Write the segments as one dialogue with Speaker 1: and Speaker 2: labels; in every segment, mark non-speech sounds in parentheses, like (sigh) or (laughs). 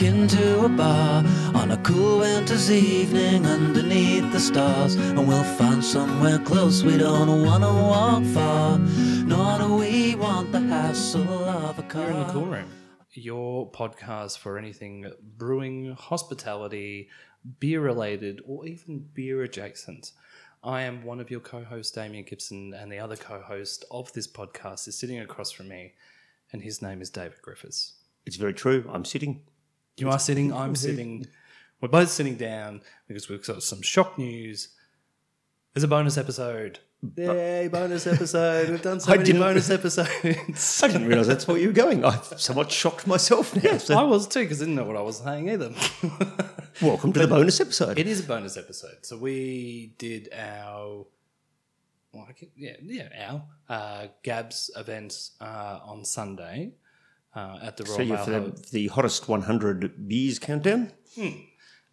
Speaker 1: into a bar on a cool winter's evening underneath the stars. And we'll find somewhere close, we don't wanna walk far, nor do we want the hassle of a car.
Speaker 2: You're in the cool room. Uh, Your podcast for anything brewing, hospitality, beer related, or even beer adjacent. I am one of your co-hosts, Damien Gibson, and the other co-host of this podcast is sitting across from me, and his name is David Griffiths.
Speaker 3: It's very true. I'm sitting.
Speaker 2: You are sitting. (laughs) I'm sitting. We're both sitting down because we've got some shock news. There's a bonus episode. Yay, bonus episode. We've done so
Speaker 3: I
Speaker 2: many
Speaker 3: didn't-
Speaker 2: bonus (laughs) episodes.
Speaker 3: I didn't realise that's where you were going. I somewhat shocked myself now. so (laughs)
Speaker 2: I was too because I didn't know what I was saying either. (laughs)
Speaker 3: welcome to the bonus episode.
Speaker 2: it is a bonus episode. So we did our, well, I can, yeah, yeah, our uh, Gabs event uh, on Sunday uh, at the Royal
Speaker 3: so you're
Speaker 2: Mail
Speaker 3: for
Speaker 2: Ho-
Speaker 3: the, the hottest 100 beers countdown?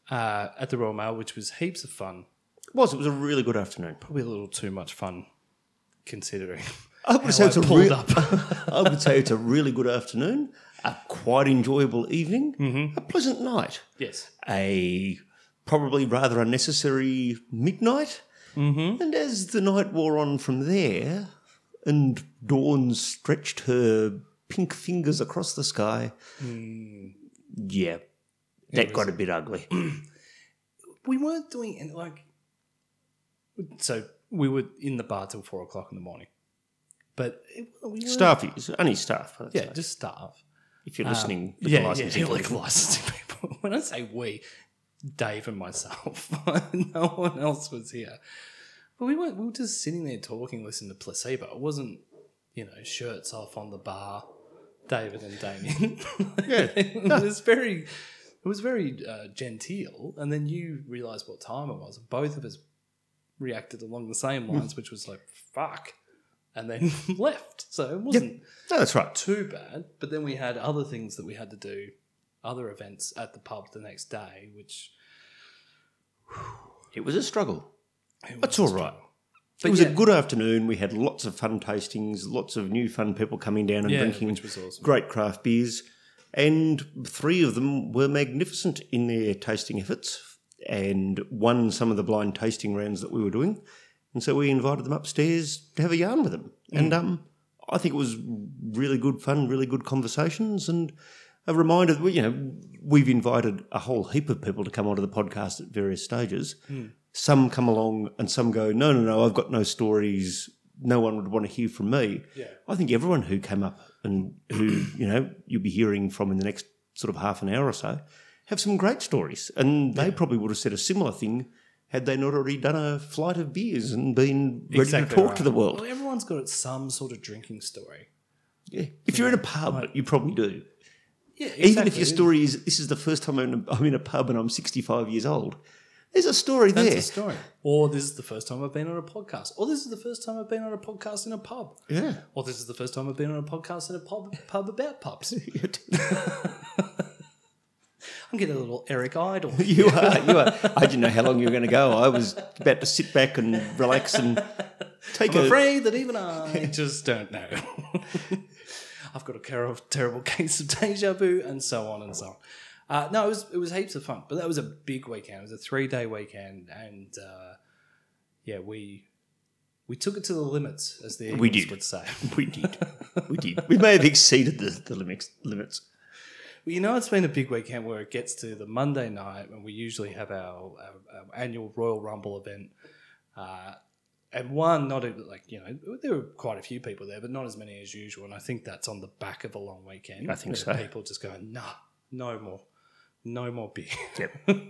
Speaker 2: uh, at the Royal Mail, which was heaps of fun.
Speaker 3: It was. It was a really good afternoon.
Speaker 2: Probably a little too much fun, considering. (laughs)
Speaker 3: I would
Speaker 2: how
Speaker 3: say it's a
Speaker 2: I pulled
Speaker 3: real.
Speaker 2: up.
Speaker 3: (laughs) I would say it's a really good afternoon, a quite enjoyable evening, a pleasant night,
Speaker 2: yes.
Speaker 3: a probably rather unnecessary midnight. Mm-hmm. And as the night wore on from there, and dawn stretched her pink fingers across the sky, yeah, that got a bit ugly.
Speaker 2: we weren't doing it like so we were in the bar till four o'clock in the morning but it, we were,
Speaker 3: staff, it's only staff. I'd
Speaker 2: yeah
Speaker 3: say.
Speaker 2: just staff
Speaker 3: if you're listening, with the
Speaker 2: yeah, yeah,
Speaker 3: licensing
Speaker 2: yeah like
Speaker 3: committee.
Speaker 2: licensing people (laughs) when i say we dave and myself (laughs) no one else was here but we weren't we were just sitting there talking listening to placebo it wasn't you know shirts off on the bar david and damien (laughs)
Speaker 3: Yeah. (laughs)
Speaker 2: it was very it was very uh, genteel and then you realized what time it was and both of us reacted along the same
Speaker 3: Hmm.
Speaker 2: lines which was like fuck and then (laughs) left so it wasn't
Speaker 3: No, that's right.
Speaker 2: too bad but then we had other things that we had to do other events at the pub the next day which
Speaker 3: It was a struggle.
Speaker 2: it
Speaker 3: That's
Speaker 2: was
Speaker 3: all right.
Speaker 2: But
Speaker 3: it was
Speaker 2: yeah.
Speaker 3: a good afternoon. We had lots of fun tastings, lots of new fun people coming down and
Speaker 2: Yeah,
Speaker 3: drinking
Speaker 2: which was awesome.
Speaker 3: great craft beers. And three of them were magnificent in their tasting efforts and won some of the blind tasting rounds that we were doing. And so we invited them upstairs to have a yarn with them. And um, I think it was really good fun, really good conversations, and a reminder that, we- you know, we've invited a whole heap of people to come onto the podcast at various stages
Speaker 2: Hmm.
Speaker 3: some come along and some go, no, no, no, I've got no stories. No one would want to hear from me.
Speaker 2: Yeah.
Speaker 3: I think everyone who came up and who, (clears throat) you know, you'll be hearing from in the next sort of half an hour or so have some great stories. And they probably would have said a similar thing had they not already done a flight of beers and been ready to
Speaker 2: Exactly
Speaker 3: talk
Speaker 2: right.
Speaker 3: to the world.
Speaker 2: well everyone's got some sort of drinking story
Speaker 3: Yeah. If you're in a pub, you probably do.
Speaker 2: yeah
Speaker 3: Even if your story is, this is the first time I'm in a, I'm in a pub and I'm 65 years old, there's a story
Speaker 2: That's
Speaker 3: there.
Speaker 2: a story. Or this is the first time I've been on a podcast. Or this is the first time I've been on a podcast in a pub.
Speaker 3: yeah.
Speaker 2: Or this is the first time I've been on a podcast in a pub, pub about
Speaker 3: (laughs)
Speaker 2: pubs. I'm getting a little Eric Idle.
Speaker 3: (laughs) You are. You are. I didn't know how long you were going to go. I was about to sit back and relax and take
Speaker 2: I'm
Speaker 3: a.
Speaker 2: afraid that even
Speaker 3: (laughs)
Speaker 2: I just don't know. (laughs) I've got a care of terrible (laughs) case of deja vu and so on and so on. Uh, no, it was it was heaps of fun, but that was a big weekend. It was a three day weekend, and uh, yeah, we we took it to the limits, as the Eagles
Speaker 3: did.
Speaker 2: would say.
Speaker 3: (laughs) We did. We did. We may have exceeded the, the limits. Limits.
Speaker 2: Well, you know, it's been a big weekend where it gets to the Monday night, and we usually have our, our, our annual Royal Rumble event. Uh, and one, not a, like, you know, there were quite a few people there, but not as many as usual. And I think that's on the back of a long weekend.
Speaker 3: I think
Speaker 2: where
Speaker 3: so.
Speaker 2: People just going, nah, no more, no more beer. (laughs)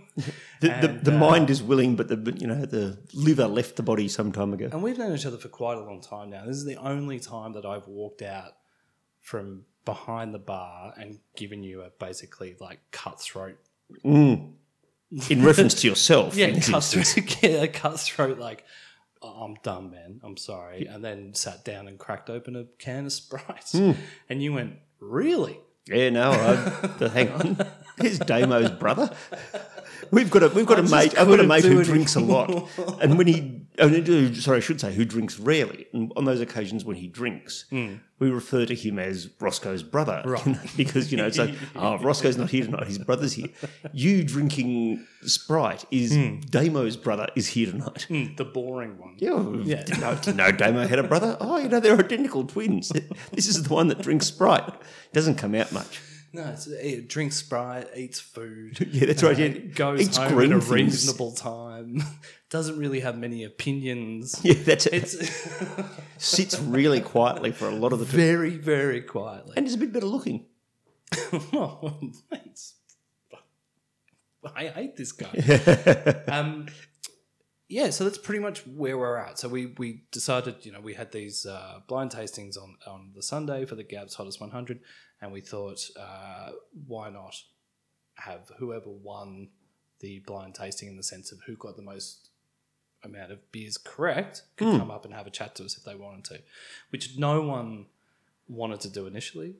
Speaker 3: The,
Speaker 2: And,
Speaker 3: the, the
Speaker 2: uh,
Speaker 3: mind is willing, but the but, you know the liver left the body some time ago.
Speaker 2: And we've known each other for quite a long time now. This is the only time that I've walked out from behind the bar and given you a basically like cutthroat
Speaker 3: In reference to yourself.
Speaker 2: (laughs) yeah,
Speaker 3: in this instance.
Speaker 2: cutthroat, yeah, cutthroat. Like, "Oh, I'm done, man. I'm sorry. And then sat down and cracked open a can of Sprite,
Speaker 3: Hmm.
Speaker 2: and you went, "Really?
Speaker 3: Yeah,
Speaker 2: (laughs)
Speaker 3: no. I, the, hang on. Here's Damo's brother. We've got a we've got a
Speaker 2: just
Speaker 3: mate. I've got a
Speaker 2: couldn't
Speaker 3: mate
Speaker 2: do
Speaker 3: who
Speaker 2: it
Speaker 3: drinks a lot, and when he, oh, no, sorry, I should say who drinks rarely. And on those occasions when he drinks, we refer to him as Roscoe's brother
Speaker 2: Hmm. Right.
Speaker 3: you know, because you know
Speaker 2: (laughs)
Speaker 3: it's like oh Roscoe's not here tonight his brother's here you drinking Sprite is
Speaker 2: Hmm.
Speaker 3: Damo's brother is here tonight
Speaker 2: Mm, the boring one.
Speaker 3: yeah, well, (laughs) No, no, Damo had a brother oh you know they're identical twins
Speaker 2: (laughs)
Speaker 3: this is the one that drinks Sprite doesn't come out much
Speaker 2: No, it's, it drinks Sprite, eats food.
Speaker 3: yeah that's right (laughs) yeah.
Speaker 2: goes
Speaker 3: Eats
Speaker 2: home
Speaker 3: green
Speaker 2: at a
Speaker 3: things.
Speaker 2: reasonable time. (laughs) Doesn't really have many opinions.
Speaker 3: (laughs) yeah that's it
Speaker 2: (laughs) It's
Speaker 3: (laughs) sits really quietly for a lot of the time
Speaker 2: very, very quietly.
Speaker 3: and is a bit better looking
Speaker 2: (laughs) oh, thanks. I hate this guy.
Speaker 3: (laughs)
Speaker 2: um, yeah, so that's pretty much where we're at. So we we decided, you know, we had these uh, blind tastings on on the Sunday for the Gab's Hottest 100, and we thought, uh, why not have whoever won the blind tasting in the sense of who got the most amount of beers correct could come up and have a chat to us if they wanted to, which no one wanted to do initially.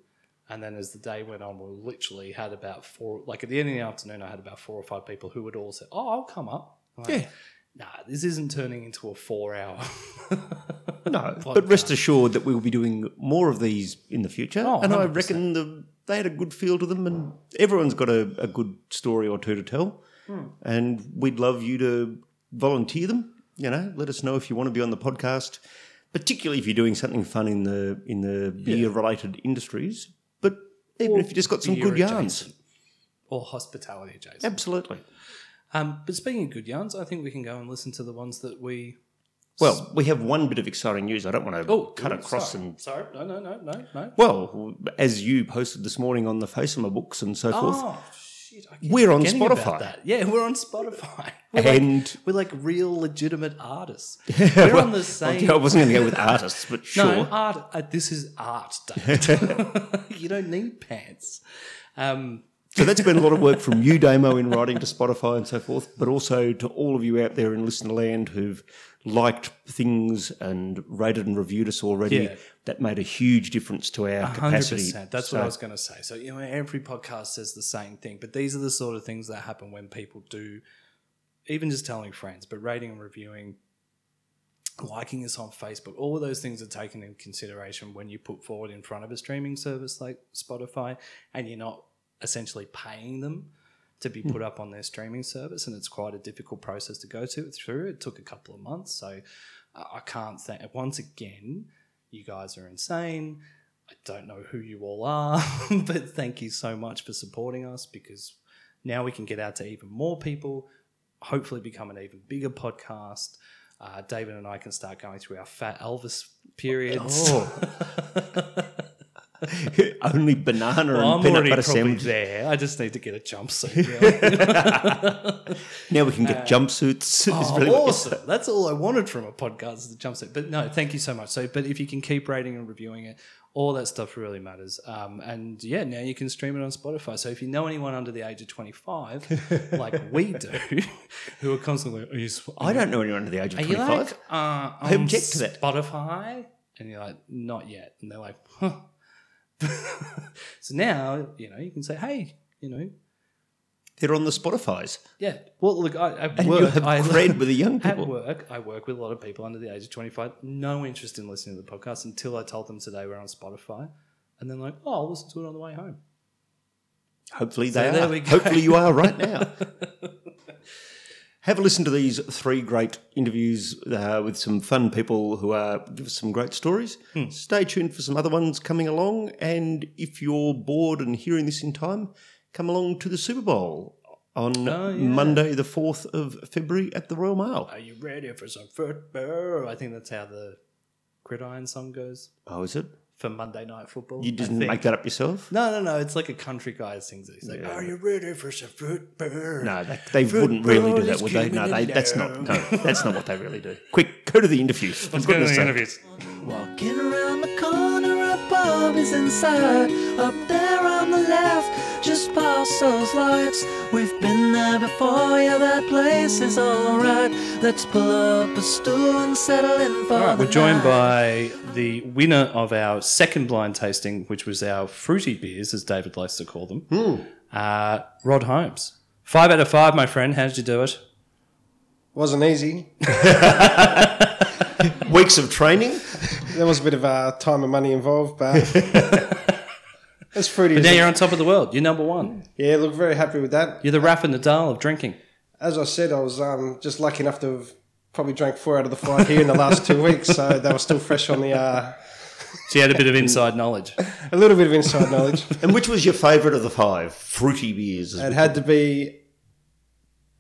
Speaker 2: And then as the day went on, we literally had about four, like at the end of the afternoon, I had about four or five people who would all say, Oh, I'll come up. I'm like,
Speaker 3: Yeah.
Speaker 2: Nah, this isn't turning into a four hour.
Speaker 3: No, but rest assured that we will be doing more of these in the future.
Speaker 2: Oh,
Speaker 3: and I
Speaker 2: 100%.
Speaker 3: reckon the, they had a good feel to them, and everyone's got a, a good story or two to tell.
Speaker 2: Hmm.
Speaker 3: And we'd love you to volunteer them. You know, let us know if you want to be on the podcast, particularly if you're doing something fun in the in the beer related industries. But even
Speaker 2: Or
Speaker 3: if you just got some
Speaker 2: beer
Speaker 3: good yarns,
Speaker 2: adjacent. (laughs) or hospitality adjacent.
Speaker 3: absolutely.
Speaker 2: Um, but speaking of good yarns, I think we can go and listen to the ones that we.
Speaker 3: Well, we have one bit of exciting news. I don't want to
Speaker 2: Oh,
Speaker 3: cut
Speaker 2: ooh,
Speaker 3: across
Speaker 2: sorry.
Speaker 3: and
Speaker 2: Sorry, no, no, no, no, no.
Speaker 3: well, as you posted this morning on the Facema books and so forth.
Speaker 2: Oh, shit. I keep
Speaker 3: We're on
Speaker 2: forgetting about
Speaker 3: Spotify.
Speaker 2: that. Yeah, we're on Spotify. (laughs) We're like-
Speaker 3: and
Speaker 2: We're like real legitimate
Speaker 3: (laughs)
Speaker 2: artists. We're on the same.
Speaker 3: I wasn't going to go with artists, but sure.
Speaker 2: No, art. Uh, this is
Speaker 3: (laughs)
Speaker 2: art, David. (laughs) you don't need pants. Um,
Speaker 3: So that's been a lot of work from you, Damo, in writing to Spotify and so forth, but also to all of you out there in listener land who've liked things and rated and reviewed us already.
Speaker 2: Yeah.
Speaker 3: That made a huge difference to our capacity.
Speaker 2: 100%. That's
Speaker 3: So-
Speaker 2: what I was going to say. So, you know, every podcast says the same thing, but these are the sort of things that happen when people do, even just telling friends, but rating and reviewing, liking us on Facebook, all of those things are taken in consideration when you put forward in front of a streaming service like Spotify and you're not essentially paying them to be
Speaker 3: Hmm.
Speaker 2: put up on their streaming service, and it's quite a difficult process to go to through. It took a couple of months, so Uh, I I can't thank. Once again, you guys are insane. I don't know who you all are, (laughs) but thank you so much for supporting us because now we can get out to even more people. Hopefully, become an even bigger podcast. Uh, David and I can start going through our fat Elvis periods.
Speaker 3: Oh, (laughs) Only banana
Speaker 2: Well, (laughs)
Speaker 3: and
Speaker 2: I'm
Speaker 3: peanut
Speaker 2: already
Speaker 3: butter
Speaker 2: probably
Speaker 3: sandwich.
Speaker 2: there. I just need to get a
Speaker 3: (laughs)
Speaker 2: jumpsuit. Yeah.
Speaker 3: Now we can get jumpsuits. (laughs) It's
Speaker 2: Uh, Oh,
Speaker 3: really-
Speaker 2: awesome. That's all I wanted from a podcast is the jumpsuit. But no, thank you so much. So, but if you can keep rating and reviewing it, all that stuff really matters. Um, and yeah, now you can stream it on Spotify. So if you know anyone under the age of
Speaker 3: (laughs)
Speaker 2: 25, like we do, (laughs) who are constantly, are you, sw-
Speaker 3: I don't know anyone under the age of
Speaker 2: are you
Speaker 3: 25.
Speaker 2: like, uh, on
Speaker 3: object to that.
Speaker 2: Spotify? And you're like, not yet. And they're like, huh. (laughs) so now, you know, you can say, hey, you know,
Speaker 3: They're on the Spotifys.
Speaker 2: yeah. Well, look, I, at
Speaker 3: And
Speaker 2: work,
Speaker 3: you have
Speaker 2: I
Speaker 3: cred with the young
Speaker 2: At
Speaker 3: people.
Speaker 2: work, I work with a lot of people under the age of 25. No interest in listening to the podcast until I told them today we're on Spotify. And then, like, oh, I'll listen to it on the way home.
Speaker 3: Hopefully they
Speaker 2: there
Speaker 3: are.
Speaker 2: we go.
Speaker 3: Hopefully you are right now.
Speaker 2: (laughs)
Speaker 3: Have a listen to these three great interviews uh, with some fun people who are give us some great stories.
Speaker 2: Hmm.
Speaker 3: Stay tuned for some other ones coming along, and if you're bored and hearing this in time, come along to the Super Bowl on
Speaker 2: Oh,
Speaker 3: Monday, the fourth of February at the Royal Mile.
Speaker 2: Are you ready for some football? I think that's how the Gridiron song goes
Speaker 3: Oh, is it?
Speaker 2: for Monday Night Football.
Speaker 3: You
Speaker 2: I
Speaker 3: didn't
Speaker 2: think.
Speaker 3: make that up yourself?
Speaker 2: No, no, no. It's like a country guy sings it. He's like, are you ready for some football?
Speaker 3: No, they, they wouldn't really do that, would they? No, they, that's not. No, that's not what they really do. Quick, go to the interview.
Speaker 2: Let's go to the interviews.
Speaker 1: Walking around the corner, a pub is inside. Up there on the left, just past those lights. We've been there before, yeah, that place is alright. Let's pull up a stool and settle in for
Speaker 2: All right,
Speaker 1: the
Speaker 2: we're joined
Speaker 1: night.
Speaker 2: by the winner of our second blind tasting, which was our fruity beers, as David likes to call them. Uh, Rod Holmes, five out of five, my friend. How did you do it?
Speaker 4: Wasn't easy.
Speaker 3: Weeks of training.
Speaker 4: There was a bit of uh, time and money
Speaker 2: (laughs)
Speaker 4: involved, but that's fruity.
Speaker 2: But
Speaker 4: as
Speaker 2: now
Speaker 4: it-
Speaker 2: you're on top of the world. You're number one.
Speaker 4: yeah, look, very happy with that.
Speaker 2: You're the Rafa Nadal of drinking.
Speaker 4: As I said, I was um, just lucky enough to have probably drank four out of the five here in the last two weeks, so they were still fresh on the uh,
Speaker 2: So you had a bit of inside knowledge.
Speaker 4: a little bit of inside knowledge.
Speaker 3: And which was your favourite of the five fruity beers?
Speaker 2: Uh,
Speaker 4: It had to be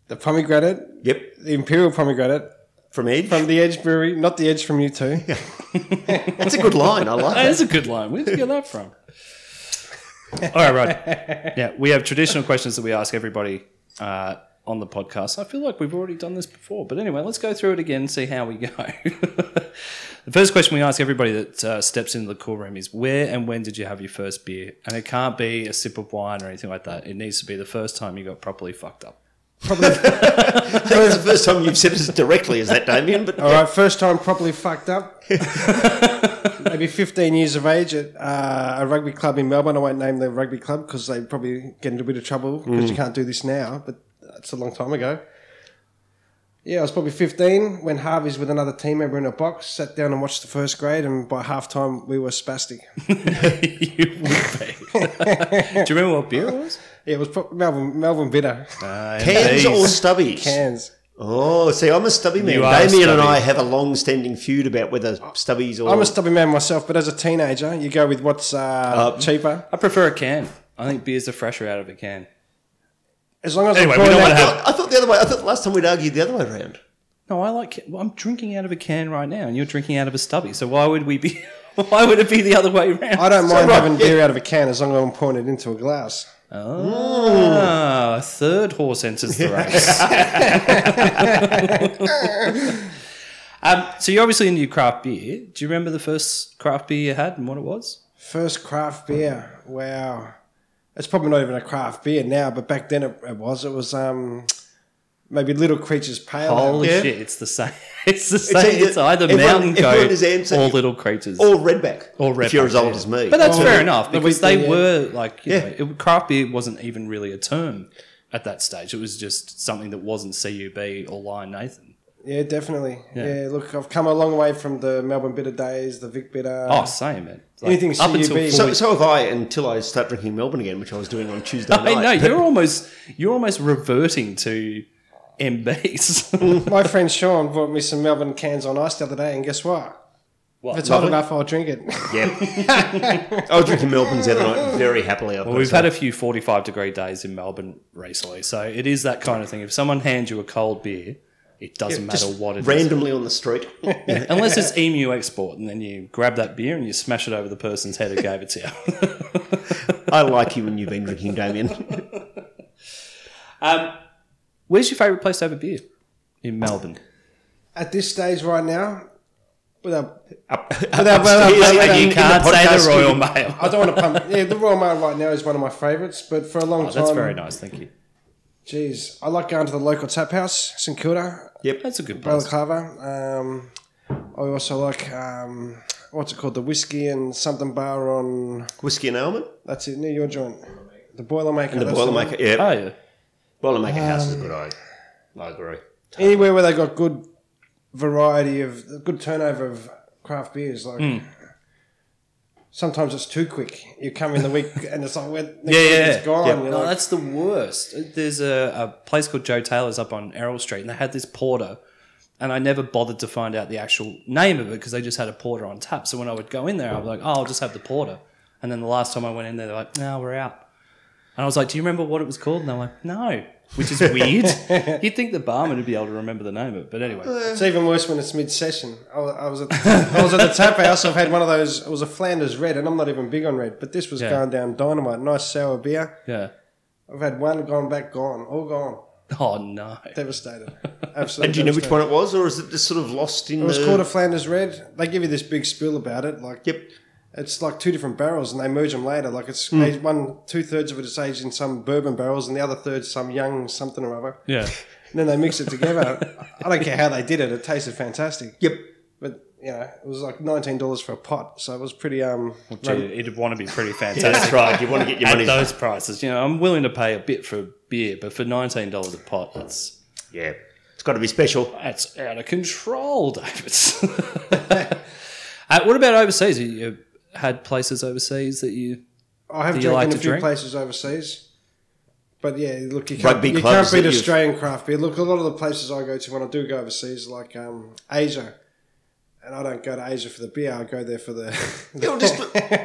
Speaker 4: the pomegranate,
Speaker 3: yep,
Speaker 4: the imperial pomegranate
Speaker 3: from Edge.
Speaker 4: from the Edge Brewery, not the Edge from you two.
Speaker 3: That's a good line. I like
Speaker 2: That
Speaker 3: that.
Speaker 2: is a good line. Where'd you get that from? All right, right. Yeah, we have traditional questions that we ask everybody uh, on the podcast. I feel like we've already done this before, but anyway, let's go through it again and see how we go. (laughs) the first question we ask everybody that uh, steps into the cool room is where and when did you have your first beer? And it can't be a sip of wine or anything like that. It needs to be the first time you got properly fucked up. (laughs)
Speaker 3: That's the first time you've said this directly, is that Damien? But
Speaker 4: All right, first time properly fucked up. (laughs) Maybe 15 years of age at uh, a rugby club in Melbourne. I won't name the rugby club because they probably get into a bit of trouble because
Speaker 2: Hmm.
Speaker 4: you can't do this now, but that's a long time ago. Yeah, I was probably 15 when Harvey's with another team member in a box, sat down and watched the first grade, and by half time we were spastic. (laughs)
Speaker 2: (laughs) you would be. Do you remember what beer it was?
Speaker 4: Yeah, it was pro- Melbourne, Melbourne Bitter.
Speaker 3: cans or stubbies?
Speaker 4: Cans.
Speaker 3: Oh, see, I'm a stubby man.
Speaker 2: You are a
Speaker 3: Damien and
Speaker 2: stubby.
Speaker 3: I have a long-standing feud about whether stubbies or
Speaker 4: I'm a stubby man myself, but as a teenager, you go with what's uh, cheaper.
Speaker 2: I prefer a can. I think beers are fresher out of a can.
Speaker 4: As long as
Speaker 2: Anyway,
Speaker 4: I'm
Speaker 2: we
Speaker 4: pouring
Speaker 2: don't
Speaker 4: that-
Speaker 2: want to have
Speaker 3: I thought the other way. I thought last time we'd argued the other way around.
Speaker 2: No, I like. Well, I'm drinking out of a can right now, and you're drinking out of a stubby. So why would we be? (laughs) Why would it be the other way around?
Speaker 4: I don't mind
Speaker 3: right,
Speaker 4: having
Speaker 3: yeah.
Speaker 4: beer out of a can as long as I'm pouring it into a glass.
Speaker 2: Ah, third horse enters the race. um, so you're obviously into your craft beer. Do you remember the first craft beer you had and what it was?
Speaker 4: First craft beer. Wow. It's probably not even a craft beer now, but back then it, it was. It was um, maybe Little Creatures Pale. Ale.
Speaker 2: Holy
Speaker 3: Yeah.
Speaker 2: shit! It's the same. (laughs) It's the same. It's either,
Speaker 3: either- everyone-
Speaker 2: mountain
Speaker 3: everyone
Speaker 2: goat
Speaker 3: is answer-
Speaker 2: or little creatures.
Speaker 3: Or redback.
Speaker 2: Or
Speaker 3: If you're
Speaker 2: redback,
Speaker 3: as old
Speaker 2: yeah.
Speaker 3: as me.
Speaker 2: But that's
Speaker 4: Oh.
Speaker 2: fair enough
Speaker 4: The
Speaker 2: because
Speaker 4: weekly,
Speaker 2: they
Speaker 4: yeah.
Speaker 2: were like, you
Speaker 3: Yeah.
Speaker 2: know, it, craft beer wasn't even really a term at that stage. It was just something that wasn't CUB or Lion Nathan.
Speaker 4: Yeah, definitely.
Speaker 2: Yeah.
Speaker 4: Yeah. look, I've come a long way from the Melbourne Bitter days, the Vic Bitter.
Speaker 2: Oh, same man. It's
Speaker 4: Uh, anything CUB.
Speaker 2: four-
Speaker 3: so, so have I until I start drinking Melbourne again, which I was doing on Tuesday
Speaker 2: (laughs)
Speaker 3: night.
Speaker 2: I know
Speaker 3: But
Speaker 2: you're almost you're almost reverting to MBs.
Speaker 4: My friend Sean brought me some Melbourne cans on ice the other day, and guess what?
Speaker 2: What?
Speaker 4: if it's hot
Speaker 3: Lovely.
Speaker 4: enough, I'll drink it. (laughs)
Speaker 3: (laughs) I was drinking Melbourne's the other night very happily.
Speaker 2: Well, (laughs) we've had a few 45 degree days in Melbourne recently, so it is that kind of thing. If someone hands you a cold beer, it doesn't matter what it is.
Speaker 3: randomly on the street. Yeah.
Speaker 2: Unless
Speaker 4: (laughs)
Speaker 2: it's emu export, and then you grab that beer and you smash it over the person's head who gave it to you.
Speaker 3: I like you when you've been
Speaker 2: (laughs)
Speaker 3: drinking, Damien.
Speaker 2: Where's your favourite place to have a beer? In (laughs) Melbourne.
Speaker 4: At this stage right now, without
Speaker 3: Up,
Speaker 4: but- but you
Speaker 2: Can't say um, the Royal
Speaker 3: Mail.
Speaker 2: Mail.
Speaker 4: I don't want
Speaker 2: (laughs)
Speaker 4: to pump. Yeah, the Royal Mail right now is one of my favourites, but for a long time,
Speaker 2: Oh, That's very nice, thank you.
Speaker 4: Jeez, I like going to the local tap house, St Kilda,
Speaker 2: That's a good place.
Speaker 4: Balaclava. Um, I also like um, what's it called, the whiskey and something bar on.
Speaker 3: Whiskey and almond.
Speaker 4: That's it near your joint, the Boilermaker.
Speaker 3: The
Speaker 4: that's the one.
Speaker 3: Boilermaker. Yeah.
Speaker 2: Oh, yeah.
Speaker 3: Boilermaker House is a good
Speaker 2: Ah.
Speaker 3: eye. I agree.
Speaker 4: Anywhere where they got good variety of good turnover of craft beers, like. Sometimes it's too quick. You come in the week (laughs) and it's like, where, next week it's gone. You're
Speaker 2: No,
Speaker 4: like,
Speaker 2: that's the worst. There's a, a place called Joe Taylor's up on Errol Street, and they had this porter, and I never bothered to find out the actual name of it because they just had a porter on tap. So when I would go in there, I'd be like, "Oh, I'll just have the porter." And then the last time I went in there, they're like, "No, we're out." And I was like, "Do you remember what it was called?" And they're like, "No," which is weird. You'd think the barman would be able to remember the name of it, but anyway.
Speaker 3: Uh,
Speaker 4: It's even worse when it's mid-session. I was, I was at the, I was at the tap house. I've had one of those. It was a Flanders red, and I'm not even big on red, but this was
Speaker 2: Yeah.
Speaker 4: going down dynamite. Nice sour beer.
Speaker 2: Yeah.
Speaker 4: I've had one gone back, gone, all gone,
Speaker 2: Oh no.
Speaker 4: devastated, absolutely.
Speaker 3: (laughs) And do you know which
Speaker 4: devastated.
Speaker 3: one it was, or is it just sort of lost in
Speaker 4: It was
Speaker 3: the?
Speaker 4: called a Flanders red. They give you this big spiel about it, like
Speaker 3: Yep. Hmm.
Speaker 4: It's like two different barrels, and they merge them later. Like it's aged- one two thirds of it is aged in some bourbon barrels, and the other third some young something or other.
Speaker 2: Yeah.
Speaker 4: And then they mix it together. I don't care how they did it; it tasted fantastic.
Speaker 3: Yep.
Speaker 4: but you know, it was like nineteen dollars for a pot, so it was pretty um.
Speaker 2: Gee, it'd want to be pretty fantastic.
Speaker 3: That's right. You want to get your
Speaker 2: At
Speaker 3: money.
Speaker 2: those prices, you know, I'm willing to pay a bit for beer, but for nineteen dollars a pot, that's
Speaker 3: Yeah. It's got to be special.
Speaker 2: (laughs) That's out of control, David. Uh, what about overseas? You- You had places overseas that you.
Speaker 4: I have
Speaker 2: Do you
Speaker 4: drank
Speaker 2: like
Speaker 4: in a
Speaker 2: to
Speaker 4: few
Speaker 2: drink?
Speaker 4: places overseas. But yeah, look, you can't,
Speaker 3: Rugby
Speaker 4: you
Speaker 3: clubs
Speaker 4: can't beat
Speaker 3: that you've-
Speaker 4: Australian craft beer. Look, a lot of the places I go to when I do go overseas, like um, Asia, and I don't go to Asia for the beer. I go there for the. (laughs)
Speaker 3: You know, just,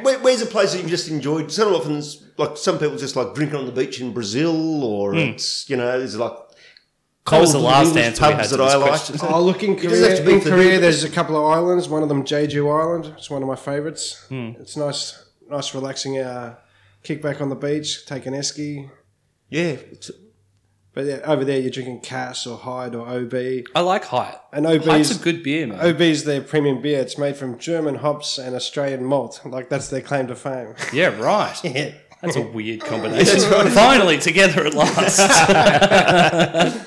Speaker 3: where, where's a place that you've just enjoyed? So often, it's like some people just like drinking on the beach in Brazil, or it's you know, there's like
Speaker 2: Hmm. That was the
Speaker 3: cold
Speaker 2: last
Speaker 3: English
Speaker 2: answer we had to this question.
Speaker 4: oh, look in
Speaker 3: doesn't have
Speaker 4: Korea.
Speaker 3: to be
Speaker 4: In
Speaker 3: for-
Speaker 4: Korea, there's a couple of islands. One of them, Jeju Island. It's one of my favourites.
Speaker 3: Hmm.
Speaker 4: It's nice, nice, relaxing. Uh, kick back on the beach, take an esky.
Speaker 3: Yeah, it's,
Speaker 4: But yeah, over there, you're drinking Cass or Hyde or OB.
Speaker 2: I like Hyatt.
Speaker 4: And OB
Speaker 2: Hyatt's
Speaker 4: is
Speaker 2: a good beer, man.
Speaker 4: OB is their premium beer. It's made from German hops and Australian malt. Like that's their claim to fame.
Speaker 2: Yeah, right. That's a weird combination. Finally, together at last.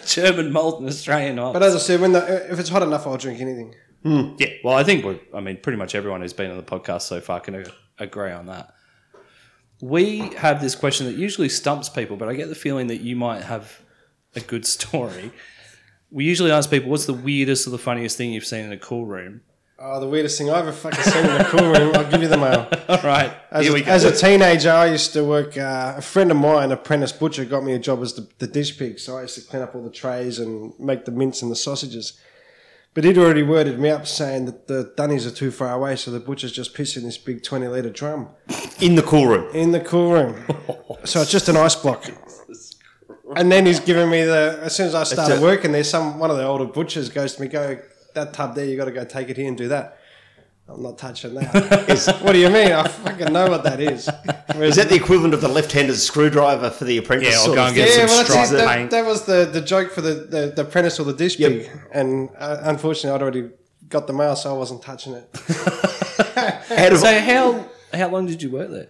Speaker 2: (laughs) German malt and Australian oh. hops.
Speaker 4: But as I said, when the, if it's hot enough, I'll drink anything.
Speaker 2: Yeah, well, I think we're, I mean, pretty much everyone who's been on the podcast so far can ag- agree on that. We have this question that usually stumps people, but I get the feeling that you might have a good (laughs) story. We usually ask people, what's the weirdest or the funniest thing you've seen in a cool room? (laughs)
Speaker 4: Oh, the weirdest thing I ever fucking seen in a cool room. I'll give you the mail.
Speaker 2: All right,
Speaker 4: As,
Speaker 2: here
Speaker 4: a,
Speaker 2: we go.
Speaker 4: as a teenager, I used to work. Uh, a friend of mine, apprentice butcher, got me a job as the, the dish pig. So I used to clean up all the trays and make the mince and the sausages. But he'd already worded me up saying that the dunnies are too far away, so the butcher's just pissing this big twenty litre drum
Speaker 3: in the cool room.
Speaker 4: in the cool
Speaker 2: (laughs)
Speaker 4: room. so it's just an ice block. And then he's giving me the. As soon as I started
Speaker 3: a-
Speaker 4: working there, some one of the older butchers goes to me, "Go that tub there. You got to go take it here and do that." I'm not touching
Speaker 2: (laughs)
Speaker 4: that. It's- what do you mean? I fucking know what that is.
Speaker 3: Is that the equivalent of the left-handed screwdriver for the apprentice?
Speaker 2: Yeah, I'll
Speaker 3: sort
Speaker 2: go
Speaker 3: of
Speaker 2: and
Speaker 3: thing?
Speaker 2: get
Speaker 4: yeah,
Speaker 2: some
Speaker 4: well, that's
Speaker 2: stripe
Speaker 4: it. That,
Speaker 2: paint.
Speaker 4: that was the, the joke for the, the, the apprentice or the dish pig. And uh, unfortunately, I'd already got the mail, so I wasn't touching it.
Speaker 3: Out of
Speaker 2: so how how long did you work there?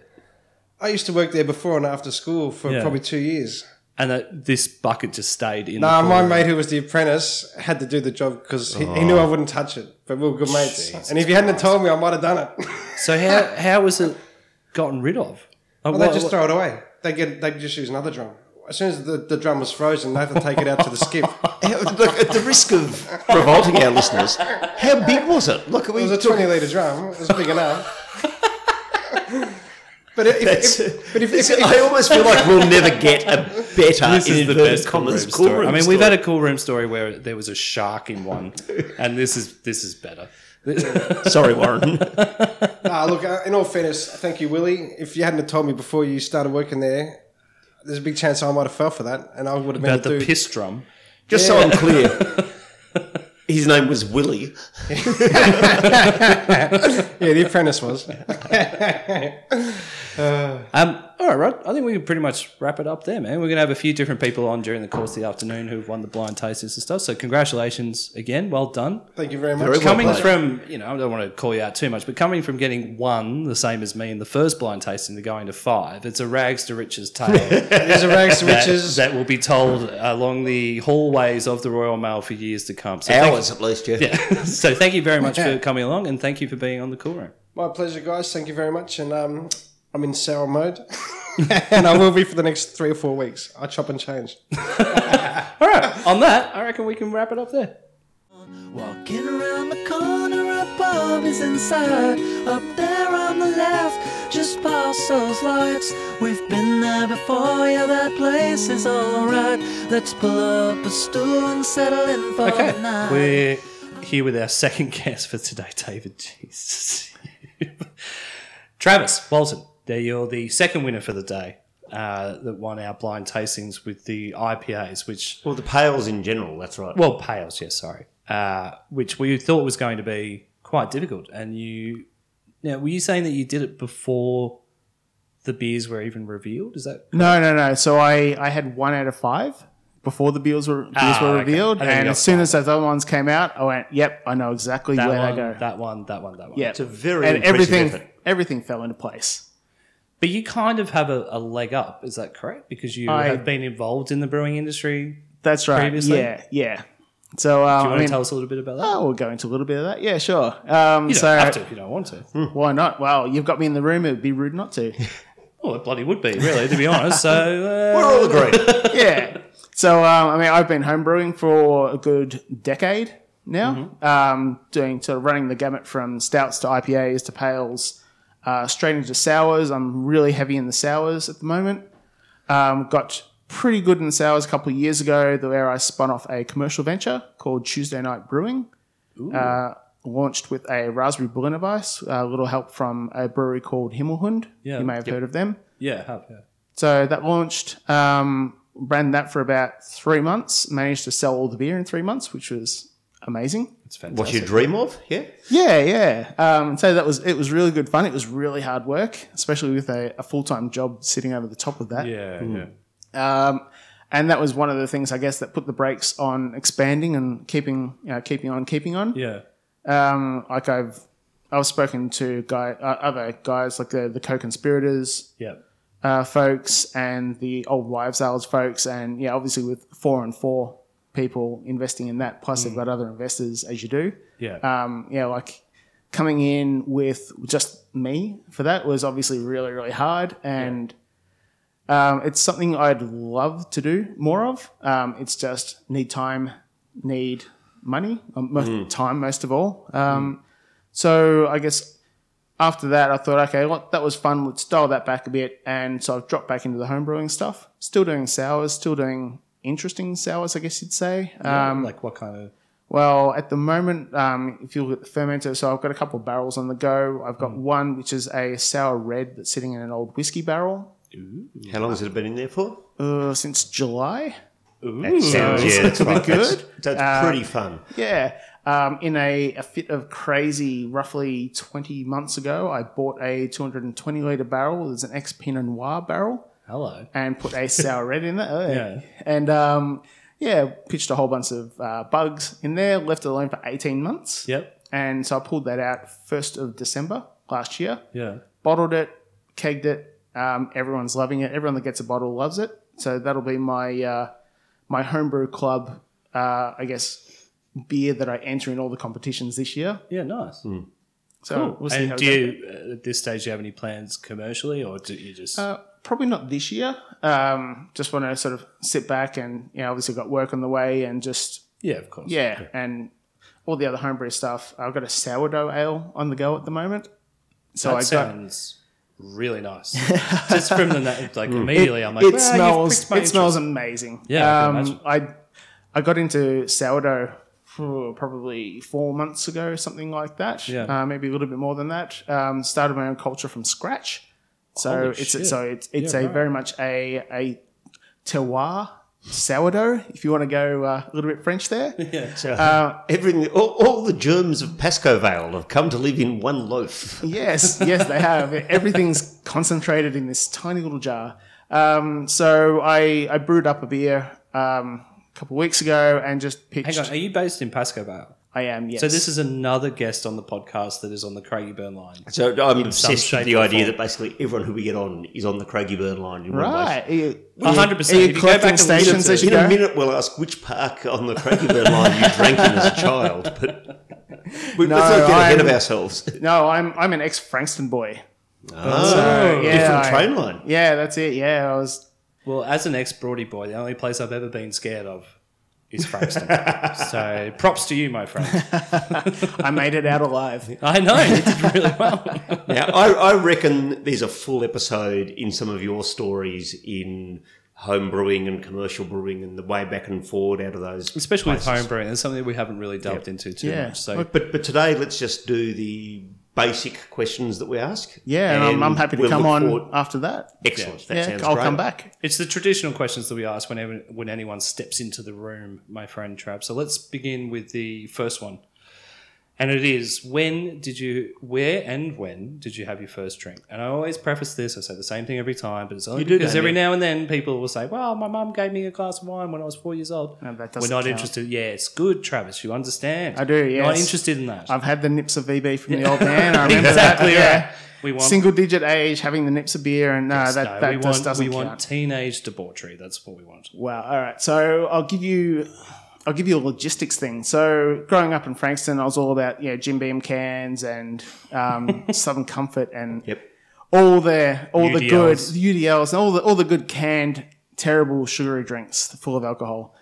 Speaker 4: I used to work there before and after school for
Speaker 2: Yeah.
Speaker 4: probably two years.
Speaker 2: And that this bucket just stayed in.
Speaker 4: No,
Speaker 2: the
Speaker 4: my
Speaker 2: cool room.
Speaker 4: mate who was the apprentice had to do the job because he, he knew I wouldn't touch it. But we were good mates, and if he hadn't have told me, I might have done it.
Speaker 2: So how how was it gotten rid of? Like,
Speaker 4: Well, they
Speaker 2: what-
Speaker 4: just
Speaker 2: what-
Speaker 4: throw it away. They get they just use another drum. As soon as the, the drum was frozen, they had to take it out to the skip. It
Speaker 3: Look, at the risk of revolting our listeners, how big was it? Look, we
Speaker 4: was a twenty litre drum. It was big enough. (laughs) but if,
Speaker 3: That's-
Speaker 4: if, but if, if, if,
Speaker 3: I almost feel like we'll never get a better
Speaker 2: This is
Speaker 3: in
Speaker 2: the
Speaker 3: inverted
Speaker 2: best cool room
Speaker 3: commas
Speaker 2: story. I mean,
Speaker 3: story.
Speaker 2: we've had a cool room story where there was a shark in one, and this is this is better.
Speaker 3: sorry, Warren.
Speaker 4: Ah, look, uh, in all fairness, thank you, Willie. If you hadn't have told me before you started working there, there's a big chance I might have fell for that, and I would have been
Speaker 2: About
Speaker 4: the
Speaker 2: the
Speaker 4: dude-
Speaker 2: piss drum.
Speaker 3: Just so I'm clear, (laughs) his name was Willie.
Speaker 4: Yeah, the apprentice was.
Speaker 2: Um, all right, Rod. I think we can pretty much wrap it up there, man. We're going to have a few different people on during the course of the afternoon who've won the blind tasters and stuff. So congratulations again. Well done.
Speaker 4: Thank you very much.
Speaker 3: Very well
Speaker 2: Coming
Speaker 3: played.
Speaker 2: from, you know, I don't want to call you out too much, but coming from getting one, the same as me, in the first blind tasting to going to five, it's a rags to riches (laughs) tale.
Speaker 4: There's a
Speaker 2: (laughs)
Speaker 4: rags to
Speaker 2: that-
Speaker 4: riches.
Speaker 2: that, will be told along the hallways of the Royal Mail for years to come. So thank-
Speaker 3: Hours at least, yeah.
Speaker 2: yeah. so thank you very much for coming along, and thank you for being on the cool room.
Speaker 4: My pleasure, guys. Thank you very much. And um, I'm in sour mode, (laughs) and I will be for the next three or four weeks. I chop and change.
Speaker 2: All right, on that, I reckon we can wrap it up there.
Speaker 1: Walking around the corner, a pub is inside. Up there on the left, just past those lights. We've been there before, yeah, that place is alright. Let's pull up a stool and settle in for the
Speaker 2: Okay,
Speaker 1: night.
Speaker 2: we're here with our second (laughs) guest for today, David. Jesus, Travis Walton. There, you're the second winner for the day uh, that won our blind tastings with the IPAs, which
Speaker 3: Well, the pails in general, that's right.
Speaker 2: well, Pales, yes, sorry, uh, which we thought was going to be quite difficult. And you, now, were you saying that you did it before the beers were even revealed? Is that
Speaker 5: No, no, no. So I, I had one out of five before the beers were beers
Speaker 2: Ah,
Speaker 5: were
Speaker 2: okay.
Speaker 5: revealed,
Speaker 2: I think
Speaker 5: and
Speaker 2: you
Speaker 5: as
Speaker 2: got
Speaker 5: soon
Speaker 2: five.
Speaker 5: as those other ones came out, I went, "Yep, I know exactly
Speaker 2: that
Speaker 5: where
Speaker 2: one,
Speaker 5: they go."
Speaker 2: that one, that one, that one?
Speaker 5: yeah,
Speaker 3: It's a very
Speaker 5: and
Speaker 3: impressive
Speaker 5: everything
Speaker 3: effort.
Speaker 5: everything fell into place.
Speaker 2: But you kind of have a, a leg up, is that correct? Because you
Speaker 5: I-
Speaker 2: have been involved in the brewing industry.
Speaker 5: That's right.
Speaker 2: Previously?
Speaker 5: Yeah, yeah. So um,
Speaker 2: Do you want
Speaker 5: I mean,
Speaker 2: to tell us a little bit about that?
Speaker 5: oh, we'll go into a little bit of that. Yeah, sure. Um,
Speaker 2: you don't
Speaker 5: so Hmm.
Speaker 2: have to if you don't want to.
Speaker 5: why not? Well, you've got me in the room. It would be rude not to.
Speaker 2: Well, it bloody would be, really, to be honest.
Speaker 5: (laughs)
Speaker 2: So, uh,
Speaker 3: We're all agreed.
Speaker 5: yeah. So um, I mean, I've been homebrewing for a good decade. now, um, doing sort of running the gamut from stouts to IPAs to pales, uh, straight into sours. I'm really heavy in the sours at the moment. Um, got pretty good in sours a couple of years ago, where I spun off a commercial venture called Tuesday Night Brewing. Uh, launched with a raspberry Berliner Weiss, a little help from a brewery called Himmelhund.
Speaker 2: Yeah.
Speaker 5: You may have heard of them.
Speaker 2: Yeah, I have, yeah.
Speaker 5: So that launched, um, ran that for about three months, managed to sell all the beer in three months, which was amazing.
Speaker 2: It's fantastic.
Speaker 3: What you dream of, yeah?
Speaker 5: Yeah, yeah. Um, and so that was, it was really good fun. It was really hard work, especially with a, a full time job sitting over the top of that.
Speaker 2: Yeah, yeah.
Speaker 5: Um, and that was one of the things, I guess, that put the brakes on expanding and keeping, you know, keeping on, keeping on.
Speaker 2: Yeah.
Speaker 5: Um, like I've, I've spoken to guy, uh, other guys like the, the co-conspirators,
Speaker 2: Yeah.
Speaker 5: uh, folks and the old wives' sales folks, and yeah, obviously with four and four people investing in that, plus they've got other investors as you do.
Speaker 2: Yeah.
Speaker 5: Um, yeah, like coming in with just me for that was obviously really really hard, and um, it's something I'd love to do more of. Um, it's just need time, need money, um, mo- time most of all. Um, So I guess after that, I thought, okay, well, that was fun. Let's dial that back a bit. And so I've dropped back into the homebrewing stuff. Still doing sours, still doing interesting sours, I guess you'd say. Um,
Speaker 2: like what kind of.
Speaker 5: well, at the moment, um, if you look at the fermenter, so I've got a couple of barrels on the go. I've got one which is a sour red that's sitting in an old whiskey barrel
Speaker 3: How long has it been in there for?
Speaker 5: uh, since July.
Speaker 3: That sounds, Uh, yeah, that's right. That's, that's pretty fun.
Speaker 5: Yeah. Um, in a, a fit of crazy, roughly 20 months ago, I bought a 220 litre barrel. It's an ex Pinot Noir barrel.
Speaker 2: Hello.
Speaker 5: and put a sour red in there. Oh,
Speaker 2: Yeah.
Speaker 5: And um, yeah, pitched a whole bunch of uh, bugs in there, left it alone for 18 months.
Speaker 2: Yep.
Speaker 5: And so I pulled that out 1st of December last year,
Speaker 2: Yeah.
Speaker 5: bottled it, kegged it. Um, everyone's loving it. Everyone that gets a bottle loves it. So that'll be my uh, my homebrew club, uh, I guess, beer that I enter in all the competitions this year.
Speaker 2: Yeah, nice.
Speaker 5: Hmm. So we'll see
Speaker 2: and
Speaker 5: how it
Speaker 2: do
Speaker 5: goes.
Speaker 2: you, uh, at this stage, do you have any plans commercially or do you just.
Speaker 5: Uh, probably not this year. Um, just want to sort of sit back and you know, obviously got work on the way and just
Speaker 2: yeah, of course.
Speaker 5: yeah, and all the other homebrew stuff. I've got a sourdough ale on the go at the moment. So
Speaker 2: That
Speaker 5: I got
Speaker 2: sounds really
Speaker 5: (laughs)
Speaker 2: nice. just from the na- like immediately, I'm like, "Well,
Speaker 5: Hmm. it
Speaker 2: you've
Speaker 5: smells
Speaker 2: piqued my
Speaker 5: it smells
Speaker 2: interest."
Speaker 5: amazing.
Speaker 2: Yeah, I
Speaker 5: um,
Speaker 2: can
Speaker 5: I I got into sourdough oh, probably four months ago, something like that.
Speaker 2: Yeah.
Speaker 5: uh, maybe a little bit more than that. Um, started my own culture from scratch. So
Speaker 2: Holy
Speaker 5: it's
Speaker 2: shit.
Speaker 5: so it's it's
Speaker 2: Yeah,
Speaker 5: a
Speaker 2: right.
Speaker 5: very much a a terroir sourdough. If you want to go uh, a little bit French there,
Speaker 3: Everything, all, all the germs of Pasco Vale have come to live in one loaf.
Speaker 5: Yes, yes, they have. Everything's concentrated in this tiny little jar. Um, so I, I brewed up a beer um, a couple of weeks ago and just pitched.
Speaker 2: Hang on, are you based in Pasco Vale?
Speaker 5: I am, yes.
Speaker 2: So this is another guest on the podcast that is on the Craigieburn line.
Speaker 3: So I'm obsessed
Speaker 2: shape
Speaker 3: with the
Speaker 2: or
Speaker 3: idea
Speaker 2: form.
Speaker 3: that basically everyone who we get on is on the Craigie Burn line in one way.
Speaker 5: right. Are you-
Speaker 2: A hundred
Speaker 5: Are
Speaker 2: percent.
Speaker 5: you
Speaker 2: If you go
Speaker 5: collecting
Speaker 2: back and listen
Speaker 5: stations
Speaker 2: to-
Speaker 5: as you
Speaker 3: In a
Speaker 5: go?
Speaker 3: minute, we'll ask which park on the Craigie Burn line you drank in as a child, but we,
Speaker 5: No,
Speaker 3: let's not get ahead of
Speaker 5: I'm-
Speaker 3: (laughs) ourselves.
Speaker 5: No, I'm I'm an ex Frankston boy.
Speaker 3: Oh,
Speaker 5: yeah,
Speaker 3: different
Speaker 5: I-
Speaker 3: train line.
Speaker 5: Yeah, that's it. Yeah, I was.
Speaker 2: Well, as an ex Broady boy, the only place I've ever been scared of is Frankston. so props to you, my friend.
Speaker 5: I made it
Speaker 2: (laughs)
Speaker 5: out alive.
Speaker 2: I know you did really well.
Speaker 3: Now, I, I reckon there's a full episode in some of your stories in home brewing and commercial brewing and the way back and forward out of those.
Speaker 2: Especially with homebrewing, it's something we haven't really delved into too
Speaker 5: Yeah.
Speaker 2: much. So
Speaker 5: Look,
Speaker 3: But but today, let's just do the basic questions that we ask.
Speaker 5: Yeah, and, I'm, I'm happy to
Speaker 3: we'll
Speaker 5: come
Speaker 3: look
Speaker 5: on
Speaker 3: forward-
Speaker 5: after that.
Speaker 3: Excellent. That
Speaker 5: Yeah,
Speaker 3: sounds
Speaker 5: I'll
Speaker 3: great.
Speaker 5: come back.
Speaker 2: it's the traditional questions that we ask whenever when anyone steps into the room, my friend Trap. So let's begin with the first one. And it is when did you where and when did you have your first drink? And I always preface this, I say the same thing every time, but it's only
Speaker 3: do,
Speaker 2: because
Speaker 3: don't
Speaker 2: every
Speaker 3: you?
Speaker 2: now and then people will say, Well, my mum gave me a glass of wine when I was four years old.
Speaker 5: No, that
Speaker 2: We're
Speaker 5: doesn't
Speaker 2: not
Speaker 5: count.
Speaker 2: interested. Yeah, it's good, Travis. You understand.
Speaker 5: I do,
Speaker 2: Not
Speaker 5: yes.
Speaker 2: interested in that.
Speaker 5: I've had the nips of VB from the old
Speaker 2: (laughs)
Speaker 5: man. I remember
Speaker 2: exactly
Speaker 5: that. Yeah.
Speaker 2: right. We want
Speaker 5: Single digit age, having the nips of beer, and no, that,
Speaker 2: no,
Speaker 5: that
Speaker 2: we
Speaker 5: just
Speaker 2: want,
Speaker 5: doesn't
Speaker 2: we
Speaker 5: count.
Speaker 2: want teenage debauchery. That's what we want.
Speaker 5: Wow. All right. So I'll give you, I'll give you a logistics thing. So growing up in Frankston, I was all about you know Jim Beam cans and um, Southern Comfort and
Speaker 3: Yep.
Speaker 5: all the all the good
Speaker 2: UDLs.
Speaker 5: UDLs and all the all the good canned terrible sugary drinks full of alcohol.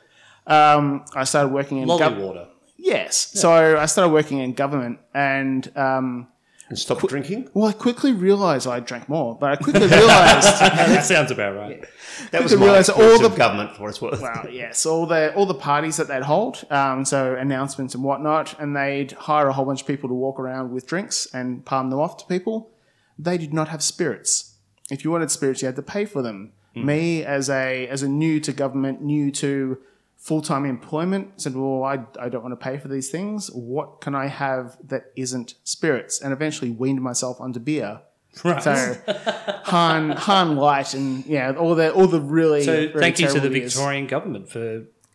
Speaker 5: Um, I started working in
Speaker 2: Lolly
Speaker 5: gov-
Speaker 2: water. (laughs)
Speaker 5: Yes. So I started working in government and. Um,
Speaker 3: And stop drinking.
Speaker 5: well, I quickly realised I drank more, but I quickly realised
Speaker 2: that sounds about right.
Speaker 3: That was
Speaker 5: could
Speaker 3: my
Speaker 5: realise
Speaker 3: experience
Speaker 5: all
Speaker 3: of
Speaker 5: the-
Speaker 3: government for its worth.
Speaker 5: Wow, Uh, yes, all the all the parties that they'd hold, um, so announcements and whatnot, and they'd hire a whole bunch of people to walk around with drinks and palm them off to people. They did not have spirits. If you wanted spirits, you had to pay for them.
Speaker 2: Hmm.
Speaker 5: Me, as a as a new to government, new to full time employment, said, "Well, I, I don't want to pay for these things. What can I have that isn't spirits?" And eventually weaned myself onto beer.
Speaker 2: Right. (laughs)
Speaker 5: So Han Han Light and yeah, all the all the really
Speaker 2: So
Speaker 5: really
Speaker 2: thank you to
Speaker 5: terrible
Speaker 2: the
Speaker 5: beers.
Speaker 2: Victorian government for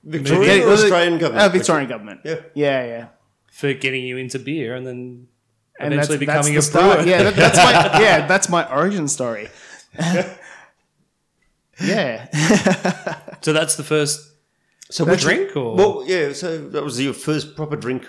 Speaker 3: Victorian
Speaker 5: Yeah,
Speaker 3: or
Speaker 5: it was a-
Speaker 3: Australian government?
Speaker 5: Uh, Victorian government.
Speaker 3: Yeah.
Speaker 5: Yeah, yeah.
Speaker 2: for getting you into beer and then
Speaker 5: And
Speaker 2: eventually becoming
Speaker 5: the
Speaker 2: a brewer.
Speaker 5: start. Yeah, that, that's
Speaker 2: (laughs)
Speaker 5: my yeah, that's my origin story. yeah.
Speaker 2: So that's the first
Speaker 3: So
Speaker 2: a
Speaker 3: which-
Speaker 2: drink or
Speaker 3: Well, yeah. So that was your first proper drink.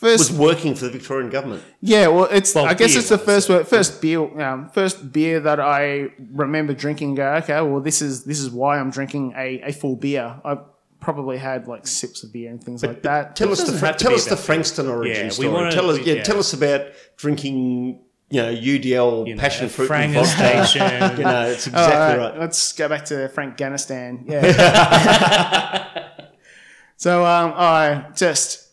Speaker 3: Was
Speaker 5: First
Speaker 3: working for the Victorian government.
Speaker 5: yeah, well it's
Speaker 2: Well,
Speaker 5: I guess
Speaker 2: beer
Speaker 5: it's the
Speaker 2: was,
Speaker 5: first word, first beer um, first beer that I remember drinking and go, okay, well this is this is why I'm drinking a, a full beer. I've probably had like sips of beer and things like that.
Speaker 3: Tell us the
Speaker 2: doesn't
Speaker 3: Fra-
Speaker 2: have to
Speaker 3: tell
Speaker 2: be
Speaker 3: us the
Speaker 2: about-
Speaker 3: Frankston origin
Speaker 2: Yeah, we
Speaker 3: story.
Speaker 2: wanna-
Speaker 3: tell us, yeah,
Speaker 2: yeah.
Speaker 3: tell us about drinking, you know, UDL
Speaker 2: you know,
Speaker 3: passion fruit and
Speaker 2: Franger
Speaker 3: vodka. (laughs)
Speaker 2: Station.
Speaker 5: (laughs)
Speaker 3: you know, it's exactly right.
Speaker 5: All right, Let's go back to Frank Ghanistan. Yeah. (laughs) so um, I just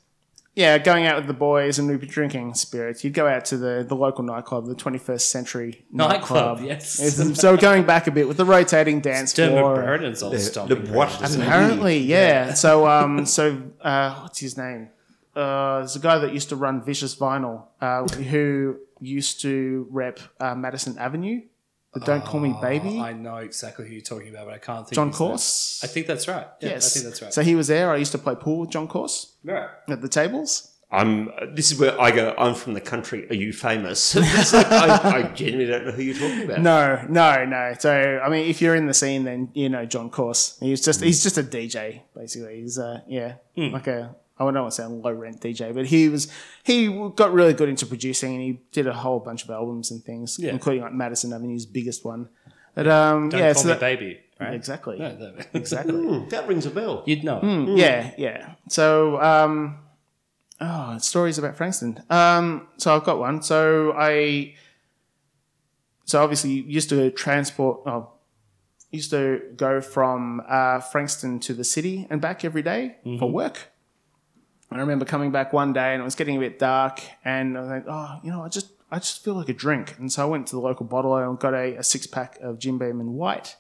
Speaker 5: yeah, going out with the boys and we'd be drinking spirits. You'd go out to the, the local nightclub, the 21st century
Speaker 2: Nightclub,
Speaker 5: nightclub.
Speaker 2: yes.
Speaker 5: um, It's- so going back a bit with the rotating dance
Speaker 2: Dermot
Speaker 5: floor.
Speaker 2: Burden's old
Speaker 3: The
Speaker 2: stomping
Speaker 3: what?
Speaker 2: ground.
Speaker 3: does it mean?
Speaker 5: Apparently, yeah. So, um, so uh, what's his name? Uh, there's a guy that used to run Vicious Vinyl, uh, who used to rep uh, Madison Avenue. The Don't Call Me Baby.
Speaker 2: I know exactly who you're talking about, but I can't think.
Speaker 5: John
Speaker 2: of his name.
Speaker 5: Corse.
Speaker 2: I think that's right. Yeah,
Speaker 5: Yes,
Speaker 2: I think that's right.
Speaker 5: So he was there. I used to play pool with John Corse
Speaker 2: right.
Speaker 5: at the tables.
Speaker 3: I'm. This is where I go. I'm from the country. Are you famous? (laughs) It's like, I, I genuinely don't know who you're talking about.
Speaker 5: No, no, no. So I mean, if you're in the scene, then you know John Corse. He's just he's just a DJ basically. He's uh yeah like a I don't want to sound low rent DJ, but he was he got really good into producing and he did a whole bunch of albums and things,
Speaker 2: Yeah.
Speaker 5: including like Madison Avenue's biggest one. But um
Speaker 2: Don't
Speaker 5: yeah,
Speaker 2: call
Speaker 5: so
Speaker 2: me
Speaker 5: that-
Speaker 2: baby. Right.
Speaker 5: exactly,
Speaker 2: No,
Speaker 5: (laughs)
Speaker 2: that-
Speaker 5: exactly. Hmm.
Speaker 3: Hmm, that rings a bell.
Speaker 2: You'd know.
Speaker 5: Mm, Yeah, yeah. So, um, oh, stories about Frankston. Um, so I've got one. So I, so obviously used to transport. Oh, used to go from uh, Frankston to the city and back every day for work. And I remember coming back one day and it was getting a bit dark, and I was like, oh, you know, I just I just feel like a drink. And so I went to the local bottle and got a, a six pack of Jim Beam and White.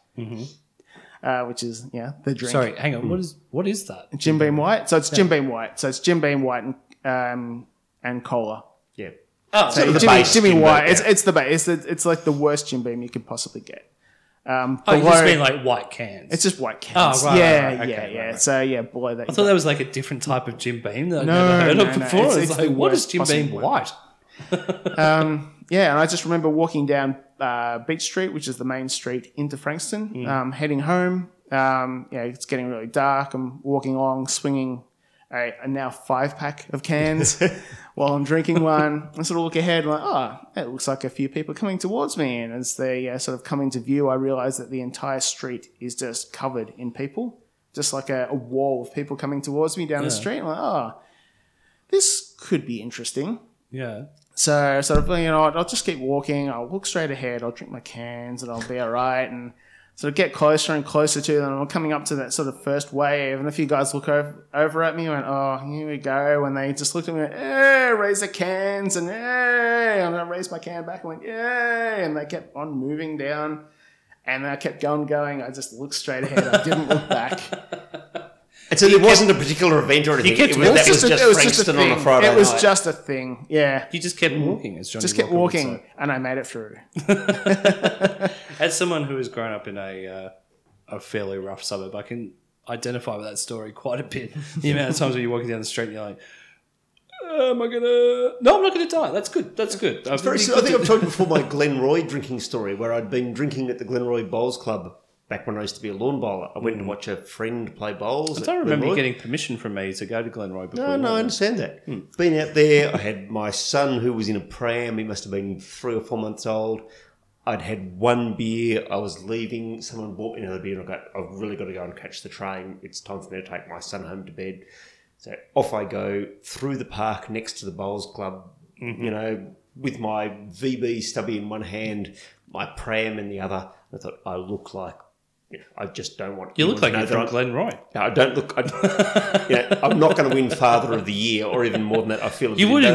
Speaker 5: Uh, which is yeah the drink.
Speaker 2: Sorry, hang on. What is what is that?
Speaker 5: Jim Beam White. So Hmm. it's Jim Beam White. So it's Jim Beam White and um, and cola.
Speaker 3: Yeah.
Speaker 2: Oh,
Speaker 3: So the
Speaker 5: Jimmy,
Speaker 3: base
Speaker 5: Jimmy
Speaker 3: Jim Beam,
Speaker 5: White.
Speaker 3: yeah.
Speaker 5: It's, it's the ba- it's the, it's like the worst Jim Beam you could possibly get. Um,
Speaker 2: oh you
Speaker 5: below-
Speaker 2: just mean like white cans.
Speaker 5: it's just white cans.
Speaker 2: Oh, right,
Speaker 5: yeah,
Speaker 2: right, right.
Speaker 5: yeah,
Speaker 2: Okay,
Speaker 5: yeah.
Speaker 2: right, right.
Speaker 5: So yeah, below that.
Speaker 2: I thought that was like a different type of Jim Beam that I've
Speaker 5: No,
Speaker 2: never heard
Speaker 5: no,
Speaker 2: of
Speaker 5: no.
Speaker 2: before.
Speaker 5: It's-
Speaker 2: It's,
Speaker 5: it's the
Speaker 2: like, what is
Speaker 5: worst
Speaker 2: Jim Beam
Speaker 5: possible.
Speaker 2: white?
Speaker 5: yeah, and I just remember walking down uh, Beach Street, which is the main street into Frankston, um, heading home. Um, yeah, it's getting really dark. I'm walking along, swinging a, a now five pack of cans while I'm drinking one. I sort of look ahead, like, oh, it looks like a few people coming towards me. And as they uh, sort of come into view, I realize that the entire street is just covered in people, just like a, a wall of people coming towards me down the street. I'm like, oh, this could be interesting.
Speaker 2: Yeah.
Speaker 5: So sort of you know, I'll just keep walking. I'll look straight ahead. I'll drink my cans, and I'll be all right. And sort of get closer and closer to them. I'm coming up to that sort of first wave, and a few guys look over, over at me and went, "Oh, here we go." And they just looked at me, and, "Hey, raise the cans!" and "Hey," and I raised my can back and went, "Yay!" And they kept on moving down, and I kept going, going. I just looked straight ahead. I
Speaker 3: (laughs)
Speaker 5: didn't look back.
Speaker 3: And so there wasn't a particular event or anything.
Speaker 2: kept-
Speaker 3: It was,
Speaker 2: it was
Speaker 3: that was just,
Speaker 5: it was just
Speaker 3: Frankston
Speaker 5: thing.
Speaker 3: on a Friday
Speaker 5: It was
Speaker 3: night.
Speaker 5: just a thing. Yeah,
Speaker 2: You just kept walking, as Johnny
Speaker 5: Mm-hmm. just kept
Speaker 2: Walker would
Speaker 5: walking,
Speaker 2: say.
Speaker 5: and I made
Speaker 3: (laughs)
Speaker 5: it through.
Speaker 2: As someone who has grown up in a uh, a fairly rough suburb, I can identify with that story quite a bit. (laughs) The amount of times when you're walking down the street and you're like, "Uh, "Am I gonna? No, I'm not gonna die. That's good. That's good." I've
Speaker 3: Very
Speaker 2: really
Speaker 3: similar.
Speaker 2: good
Speaker 3: I think I've told you
Speaker 2: (laughs)
Speaker 3: before my Glenroy drinking story, where I'd been drinking at the Glenroy Bowls Club back when I used to be a lawn bowler. I went to watch a friend play bowls.
Speaker 2: Hmm. I
Speaker 3: at
Speaker 2: don't remember you
Speaker 3: Glenroy.
Speaker 2: getting Hmm. permission from me to go to Glenroy before.
Speaker 3: No,
Speaker 2: you
Speaker 3: no, I
Speaker 2: went.
Speaker 3: understand that. Been out there. I had my son who was in a pram. He must have been three or four months old. I'd had one beer. I was leaving. Someone bought me another beer. And I got, I've really got to go and catch the train. It's time for me to take my son home to bed. So off I go through the park next to the bowls club,
Speaker 2: Mm-hmm.
Speaker 3: you know, with my VB stubby in one hand, my pram in the other. I thought I look like, you know, I just don't want.
Speaker 2: You look like
Speaker 3: anyone to
Speaker 2: you're
Speaker 3: know that
Speaker 2: from
Speaker 3: I'm-
Speaker 2: Glen Roy.
Speaker 3: no, I don't look.
Speaker 2: (laughs)
Speaker 3: I, you know, I'm not going to win Father of the Year or even more than that. I feel a
Speaker 2: You
Speaker 3: bit
Speaker 2: would in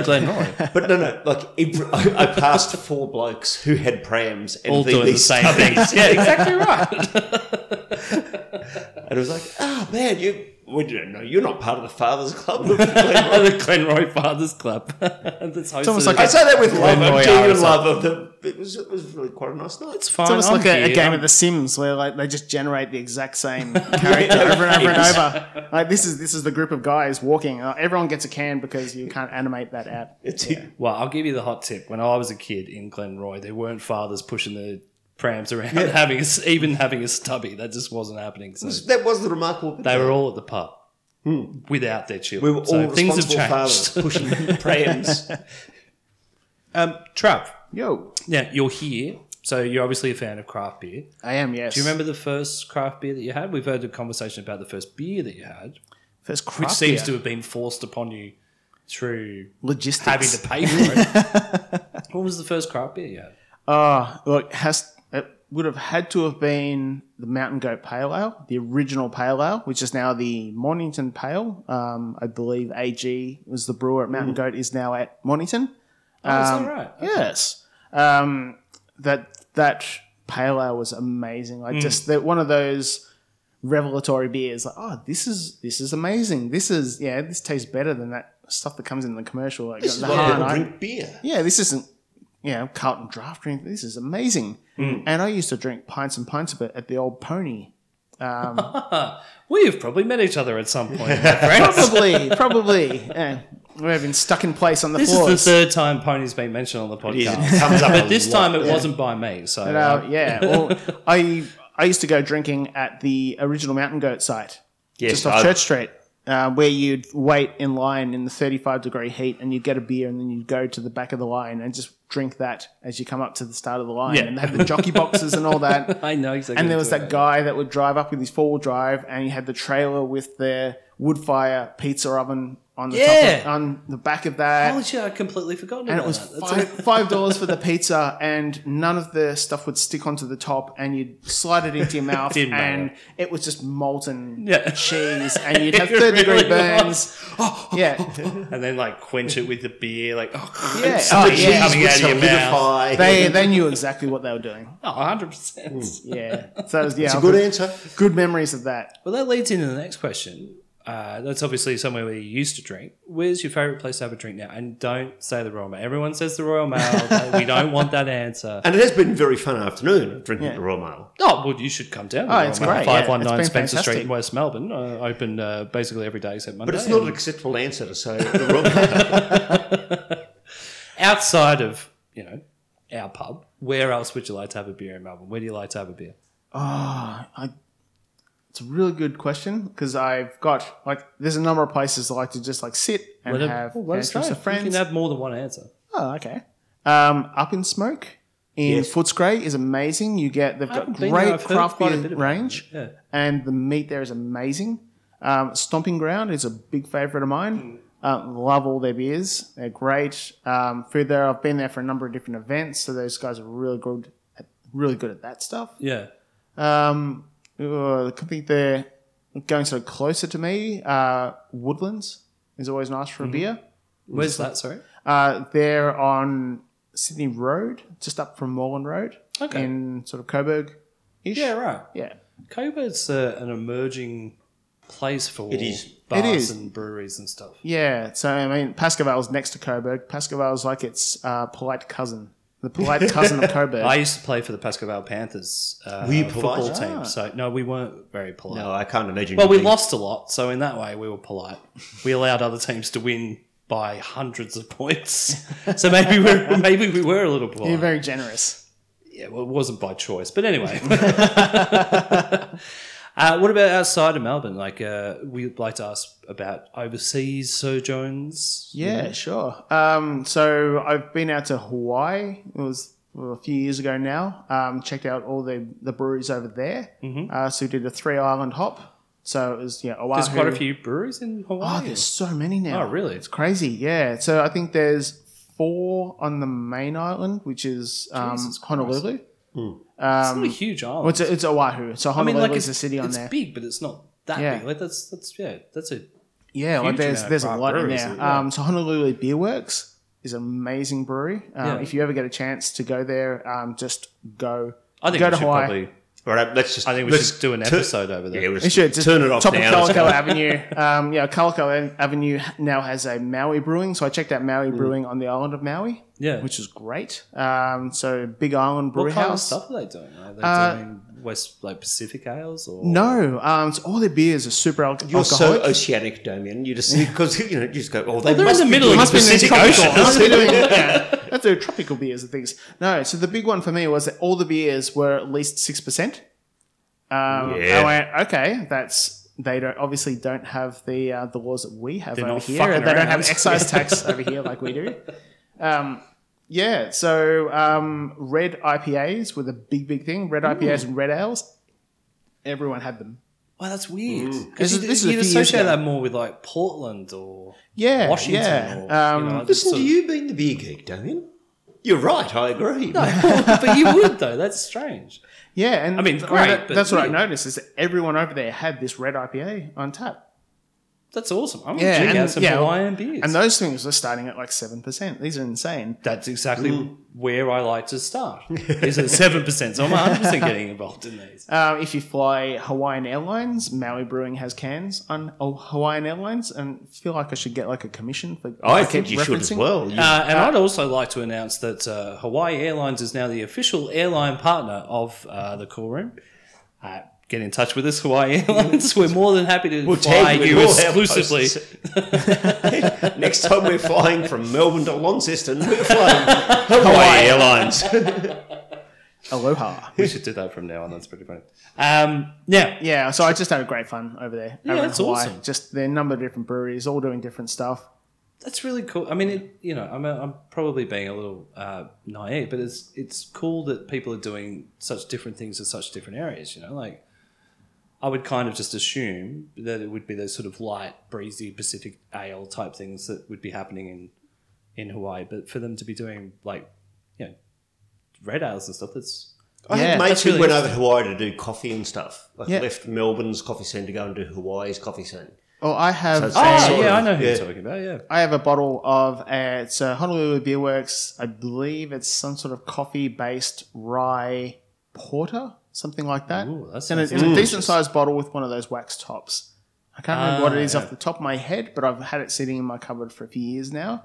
Speaker 2: Glen
Speaker 3: embarrassed.
Speaker 2: Roy.
Speaker 3: But no, no. Like every, I, I passed four blokes who had prams and
Speaker 2: All
Speaker 3: VB
Speaker 2: doing the same
Speaker 3: stubbies.
Speaker 5: (laughs)
Speaker 2: things. Yeah, (laughs) exactly right.
Speaker 3: And it was like, oh man, you. Well, you know, you're not part of the Fathers Club. of Glen Roy."
Speaker 2: the Glen Roy Fathers Club. (laughs) That's it's
Speaker 5: almost like
Speaker 3: I say that with love.
Speaker 5: Glen Roy
Speaker 3: I'm genuine
Speaker 5: Artisan.
Speaker 3: love of the. It was, it was really quite a nice night.
Speaker 2: it's fine.
Speaker 5: It's almost
Speaker 2: I'm
Speaker 5: like a, a
Speaker 2: here.
Speaker 5: game
Speaker 2: I'm-
Speaker 5: of The Sims where like they just generate the
Speaker 2: (laughs)
Speaker 5: exact same character over and over and over. Like this is this is the group of guys walking. Uh, everyone gets a can because you can't animate that out.
Speaker 3: It's,
Speaker 2: Well, I'll give you the hot tip. When I was a kid in Glenroy, there weren't fathers pushing the prams around, (laughs) having a s even having a stubby. That just wasn't happening. So
Speaker 3: That was the remarkable. bit.
Speaker 2: they were all at the pub without their children.
Speaker 3: we were all
Speaker 2: so things have
Speaker 3: responsible
Speaker 2: changed. (laughs)
Speaker 3: fathers pushing prams.
Speaker 2: Um, Trav,
Speaker 5: Yo,
Speaker 2: now you're here, so you're obviously a fan of craft beer.
Speaker 5: I am yes.
Speaker 2: Do you remember the first craft beer that you had? We've heard a conversation about the first beer that you had,
Speaker 5: first
Speaker 2: which
Speaker 5: craft
Speaker 2: seems
Speaker 5: beer.
Speaker 2: to have been forced upon you through
Speaker 5: logistics?
Speaker 2: having to pay for it. what was the first craft beer you had?
Speaker 5: Ah, look, has it would have had to have been the Mountain Goat Pale Ale, the original Pale Ale, which is now the Mornington Pale. Um, I believe AG was the brewer at Mountain Goat is now at Mornington.
Speaker 2: Oh, is
Speaker 5: Um,
Speaker 2: that right?
Speaker 5: Yes. Um, that that pale ale was amazing. Like just that one of those revelatory beers. Like, oh, this is this is amazing. This is yeah, this tastes better than that stuff that comes in the commercial. Like
Speaker 3: This is
Speaker 5: the
Speaker 3: why
Speaker 5: Hahn
Speaker 3: people
Speaker 5: I-
Speaker 3: drink beer.
Speaker 5: yeah, this isn't, you know, Carlton draft drink. This is amazing. And I used to drink pints and pints of it at the old pony.
Speaker 2: We have probably met each other at some point, my
Speaker 5: (laughs)
Speaker 2: friends.
Speaker 5: Probably, probably. Yeah. We've been stuck in place on the
Speaker 2: This
Speaker 5: floors.
Speaker 2: is the third time Pony's been mentioned on the
Speaker 3: is.
Speaker 2: podcast. (laughs)
Speaker 3: It comes up
Speaker 2: but
Speaker 3: a
Speaker 2: this
Speaker 3: lot.
Speaker 2: time it wasn't by me. So
Speaker 5: But, uh, yeah, well, I I used to go drinking at the original Mountain Goat site,
Speaker 3: Yes,
Speaker 5: just off
Speaker 3: I-
Speaker 5: Church Street, uh, where you'd wait in line in the 35 degree heat, and you'd get a beer, and then you'd go to the back of the line and just drink that as you come up to the start of the line,
Speaker 2: Yeah.
Speaker 5: and they had the jockey boxes and all that.
Speaker 2: (laughs) I know exactly.
Speaker 5: And there
Speaker 2: what
Speaker 5: was
Speaker 2: you're
Speaker 5: that
Speaker 2: talking
Speaker 5: guy that would drive up with his four wheel drive, and he had the trailer with the wood fire pizza oven on the top
Speaker 2: Yeah.
Speaker 5: of, on the back of
Speaker 2: about.
Speaker 5: that.
Speaker 2: Holy shit! I completely forgotten
Speaker 5: and
Speaker 2: about
Speaker 5: it was
Speaker 2: that. That's
Speaker 5: five five dollars for the pizza, and none of the stuff would stick onto the top, and you'd slide it
Speaker 2: (laughs)
Speaker 5: into your mouth,
Speaker 2: Didn't matter.
Speaker 5: and it was just molten
Speaker 2: (laughs) Yeah.
Speaker 5: cheese, and
Speaker 2: (laughs)
Speaker 5: you'd have
Speaker 2: It
Speaker 5: third degree
Speaker 2: really
Speaker 5: burns. yeah,
Speaker 2: a- and then like quench it with the beer, like oh,
Speaker 5: Yeah.
Speaker 2: it's the
Speaker 5: Oh,
Speaker 2: cheese
Speaker 5: yeah.
Speaker 2: coming out of your mouth.
Speaker 3: Solidify.
Speaker 5: they they knew exactly what they were doing.
Speaker 2: Oh, 100 percent.
Speaker 5: Yeah, so that was yeah,
Speaker 3: It's a good answer.
Speaker 5: good memories of that.
Speaker 2: Well, that leads into the next question. Uh, that's obviously somewhere where you used to drink. Where's your favourite place to have a drink now? And don't say the Royal Mail. Everyone says the Royal Mail. we don't want that answer.
Speaker 3: And it has been a very fun afternoon of drinking
Speaker 5: Yeah.
Speaker 3: the Royal Mail.
Speaker 2: Oh, well, you should come down.
Speaker 5: Oh, it's great, yeah.
Speaker 2: Five one nine
Speaker 5: It's been
Speaker 2: Spencer Street
Speaker 5: fantastic.
Speaker 2: in West Melbourne. Uh, open uh, basically every day except Monday.
Speaker 3: But it's not an
Speaker 2: And
Speaker 3: acceptable answer to say the
Speaker 2: (laughs)
Speaker 3: Royal Mail.
Speaker 2: outside of you know our pub. Where else would you like to have a beer in Melbourne? Where do you like to have a beer?
Speaker 5: I, it's a really good question because I've got like there's a number of places I like to just like sit and
Speaker 2: Let it-
Speaker 5: have
Speaker 2: oh, let us
Speaker 5: hands with
Speaker 2: know.
Speaker 5: some friends.
Speaker 2: You can have more than one answer.
Speaker 5: Oh, okay. Um, Up in Smoke in
Speaker 3: Yes.
Speaker 5: Footscray is amazing. You get they've got
Speaker 2: haven't been there.
Speaker 5: great
Speaker 2: I've heard
Speaker 5: craft
Speaker 2: quite a
Speaker 5: beer
Speaker 2: bit about
Speaker 5: range,
Speaker 2: it. Yeah.
Speaker 5: and the meat there is amazing. Um, Stomping Ground is a big favourite of mine. Uh, love all their beers; they're great. Um, food there, I've been there for a number of different events, so those guys are really good, at, really good at that stuff.
Speaker 2: Yeah.
Speaker 5: Um, uh, I think they're going sort of closer to me. Uh, Woodlands is always nice for a beer.
Speaker 2: Where's that? Sorry.
Speaker 5: Uh, they're on Sydney Road, just up from Moreland Road,
Speaker 2: Okay.
Speaker 5: in sort of Coburg ish.
Speaker 2: Yeah. Right.
Speaker 5: Yeah.
Speaker 2: Coburg's uh, an emerging place for
Speaker 3: It is.
Speaker 2: bars
Speaker 5: It is.
Speaker 2: and breweries and stuff.
Speaker 5: Yeah. So, I mean, Pascavale's next to Coburg. Pascavale's like its uh, polite cousin, the polite
Speaker 2: (laughs)
Speaker 5: cousin of Coburg.
Speaker 2: I used to play for the Pasco Vale Panthers uh,
Speaker 3: Were you
Speaker 2: football
Speaker 3: polite? Ah.
Speaker 2: team, so no, we weren't very polite.
Speaker 3: No, I can't imagine.
Speaker 2: Well, we
Speaker 3: being-
Speaker 2: lost a lot, so in that way, we were polite. We allowed other teams to win by hundreds of points, so maybe
Speaker 5: (laughs)
Speaker 2: we maybe we were a little
Speaker 5: You're
Speaker 2: polite.
Speaker 5: very generous.
Speaker 2: Yeah, well, it wasn't by choice, but anyway. (laughs) uh, what about outside of Melbourne? Like, uh, we'd like to ask about overseas sojourns.
Speaker 5: Yeah, sure. Um, so I've been out to Hawaii. It was well, a few years ago now. Um, checked out all the, the breweries over there. Uh, so we did a three island hop. So it was yeah, Oahu.
Speaker 2: Mm-hmm. There's quite a few breweries in
Speaker 5: Oh,
Speaker 2: Hawaii.
Speaker 5: there's so many now.
Speaker 2: Oh, really?
Speaker 5: It's crazy. Yeah. So I think there's four on the main island, which is um,
Speaker 2: Jesus Christ.
Speaker 5: Honolulu.
Speaker 2: it's not a huge island.
Speaker 5: Well, it's, it's Oahu. So
Speaker 2: I
Speaker 5: Honolulu
Speaker 2: mean, like
Speaker 5: is
Speaker 2: it's
Speaker 5: a city on
Speaker 2: it's
Speaker 5: there.
Speaker 2: big, but it's not that
Speaker 5: Yeah.
Speaker 2: big. Like that's that's yeah, that's a
Speaker 5: Yeah,
Speaker 2: huge
Speaker 5: like there's
Speaker 2: amount of
Speaker 5: there's a
Speaker 2: craft
Speaker 5: lot in
Speaker 2: breweries,
Speaker 5: there.
Speaker 2: yeah.
Speaker 5: Um, so Honolulu Beer Works is an amazing brewery. Um,
Speaker 2: Yeah.
Speaker 5: If you ever get a chance to go there, um, just go.
Speaker 2: I think
Speaker 5: go
Speaker 2: we
Speaker 5: to
Speaker 2: should
Speaker 5: Hawaii.
Speaker 2: probably.
Speaker 3: All right, let's just.
Speaker 2: I think we
Speaker 3: let's
Speaker 2: should do an
Speaker 3: tu-
Speaker 2: episode over there.
Speaker 3: yeah, let's
Speaker 5: You should just
Speaker 3: turn it off
Speaker 5: top
Speaker 3: now.
Speaker 5: of
Speaker 3: Let's
Speaker 2: (laughs)
Speaker 3: go.
Speaker 5: Kalakaua Avenue. Um, yeah, Kalakaua Avenue now has a Maui brewing, so I checked out
Speaker 2: Mm.
Speaker 5: Maui brewing on the island of Maui,
Speaker 2: yeah.
Speaker 5: which is great. Um, so Big Island Brew
Speaker 2: what kind
Speaker 5: House.
Speaker 2: of stuff are they doing? Are they
Speaker 5: Uh,
Speaker 2: doing West like Pacific ales or
Speaker 5: No, um, so all their beers are super al-
Speaker 3: You're so
Speaker 5: alcoholic.
Speaker 3: oceanic, Damien. You just (laughs) because you know you just go. Oh, they
Speaker 2: They're in
Speaker 3: must
Speaker 2: the
Speaker 3: be
Speaker 2: middle of
Speaker 3: doing
Speaker 2: the Pacific
Speaker 3: Ocean.
Speaker 2: Ocean.
Speaker 5: That's
Speaker 2: (laughs)
Speaker 5: doing, yeah, that's their tropical beers and things. No, so the big one for me was that all the beers were at least six percent. Um,
Speaker 3: Yeah.
Speaker 5: I went, okay, that's they don't obviously don't have the uh, the laws that we have over
Speaker 2: not
Speaker 5: here.
Speaker 2: fucking
Speaker 5: and They don't
Speaker 2: around.
Speaker 5: have
Speaker 2: (laughs)
Speaker 5: excise tax over here like we do. Um, yeah, so um, red IPAs were the big big thing. Red IPAs and red ales. Everyone had them.
Speaker 2: Wow, Oh, that's weird.
Speaker 5: This
Speaker 2: Because
Speaker 5: is-
Speaker 2: you,
Speaker 5: this is a
Speaker 2: you'd
Speaker 5: few years
Speaker 2: associate
Speaker 5: ago.
Speaker 2: that more with like Portland or
Speaker 5: Yeah,
Speaker 2: Washington.
Speaker 5: yeah.
Speaker 2: Or,
Speaker 5: Um,
Speaker 2: you know,
Speaker 3: Listen
Speaker 2: sort
Speaker 3: to
Speaker 2: of-
Speaker 3: you being the beer geek, Damien. You're right. I
Speaker 2: (laughs)
Speaker 3: agree.
Speaker 2: but you would though. That's strange.
Speaker 5: Yeah, and
Speaker 2: I mean,
Speaker 5: th-
Speaker 2: great,
Speaker 5: that-
Speaker 2: but
Speaker 5: that's what I
Speaker 2: yeah.
Speaker 5: noticed is that everyone over there had this red IPA on tap,
Speaker 2: That's awesome. I'm
Speaker 5: Yeah,
Speaker 2: gonna check
Speaker 5: and-
Speaker 2: out some
Speaker 5: yeah.
Speaker 2: Hawaiian beers.
Speaker 5: and those things are starting at like seven percent. These are insane.
Speaker 2: that's exactly where I like to start. These are seven percent, so I'm 100 percent getting involved in these.
Speaker 5: Um, if you fly Hawaiian Airlines, Maui Brewing has cans on oh, Hawaiian Airlines, and feel like I should get like a commission for.
Speaker 3: I
Speaker 5: keep
Speaker 3: think you should as
Speaker 5: referencing.
Speaker 3: well. You-
Speaker 2: Uh, and I'd also like to announce that uh, Hawaii Airlines is now the official airline partner of uh, the Cool Room. Uh, get in touch with us, Hawaii (laughs) Airlines. We're more than happy to fly
Speaker 3: tag you
Speaker 2: you
Speaker 3: in all our
Speaker 2: exclusively.
Speaker 3: (laughs) Next time we're flying from Melbourne to Launceston, we're flying
Speaker 2: (laughs)
Speaker 3: Hawaii Airlines.
Speaker 5: Aloha.
Speaker 2: we should do that from now on. That's pretty funny. Um, yeah,
Speaker 5: yeah, so I just had a great fun over there.
Speaker 2: Yeah,
Speaker 5: over in
Speaker 2: that's
Speaker 5: Hawaii.
Speaker 2: awesome.
Speaker 5: Just there are a number of different breweries, all doing different stuff.
Speaker 2: that's really cool. I mean, it, you know, I'm, I'm probably being a little uh, naive, but it's it's cool that people are doing such different things in such different areas. You know, like I would kind of just assume that it would be those sort of light, breezy Pacific ale type things that would be happening in in Hawaii, but for them to be doing like you know red ales and stuff, that's
Speaker 3: (laughs) I
Speaker 5: Yeah,
Speaker 3: had mates
Speaker 2: that's
Speaker 3: who
Speaker 2: really
Speaker 3: went over to Hawaii to do coffee and stuff. Like
Speaker 5: Yeah.
Speaker 3: left Melbourne's coffee scene to go and do Hawaii's coffee scene.
Speaker 5: Oh, I
Speaker 3: So
Speaker 5: have.
Speaker 3: it's that
Speaker 5: a-
Speaker 3: sort
Speaker 2: oh yeah, I know who
Speaker 3: yeah.
Speaker 2: you're talking about. Yeah,
Speaker 5: I have a bottle of uh, it's uh, Honolulu Beer Works. I believe it's some sort of coffee-based rye porter, something like that.
Speaker 2: Ooh, Mm. that
Speaker 5: and
Speaker 2: sounds
Speaker 5: it- it's a decent-sized bottle with one of those wax tops. I can't remember what it
Speaker 2: Ah,
Speaker 5: is
Speaker 2: yeah.
Speaker 5: off the top of my head, but I've had it sitting in my cupboard for a few years now,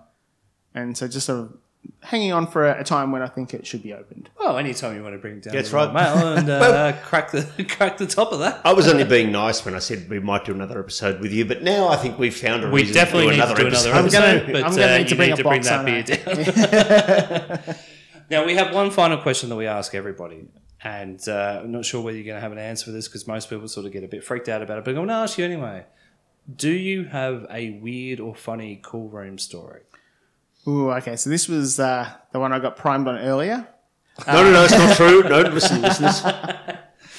Speaker 5: and so just sort of hanging on for a, a time when I think it should be opened.
Speaker 2: Well, anytime you want to bring down
Speaker 3: That's
Speaker 2: the right.
Speaker 3: right.
Speaker 2: mail and uh, crack the (laughs) crack the top of that.
Speaker 3: I was only being nice when I said we might do another episode with you, but now I think we've found a reason to do another episode.
Speaker 5: I'm gonna- I'm gonna
Speaker 2: uh,
Speaker 5: need to bring a box, aren't
Speaker 2: down. (laughs) now we have one final question that we ask everybody, and uh, I'm not sure whether you're going to have an answer for this because most people sort of get a bit freaked out about it. But I'm going to ask you anyway. Do you have a weird or funny cool room story?
Speaker 5: Ooh, okay. So this was uh, the one I got primed on earlier.
Speaker 3: No, no, no, it's
Speaker 5: (laughs)
Speaker 3: not true. No, listen, listeners.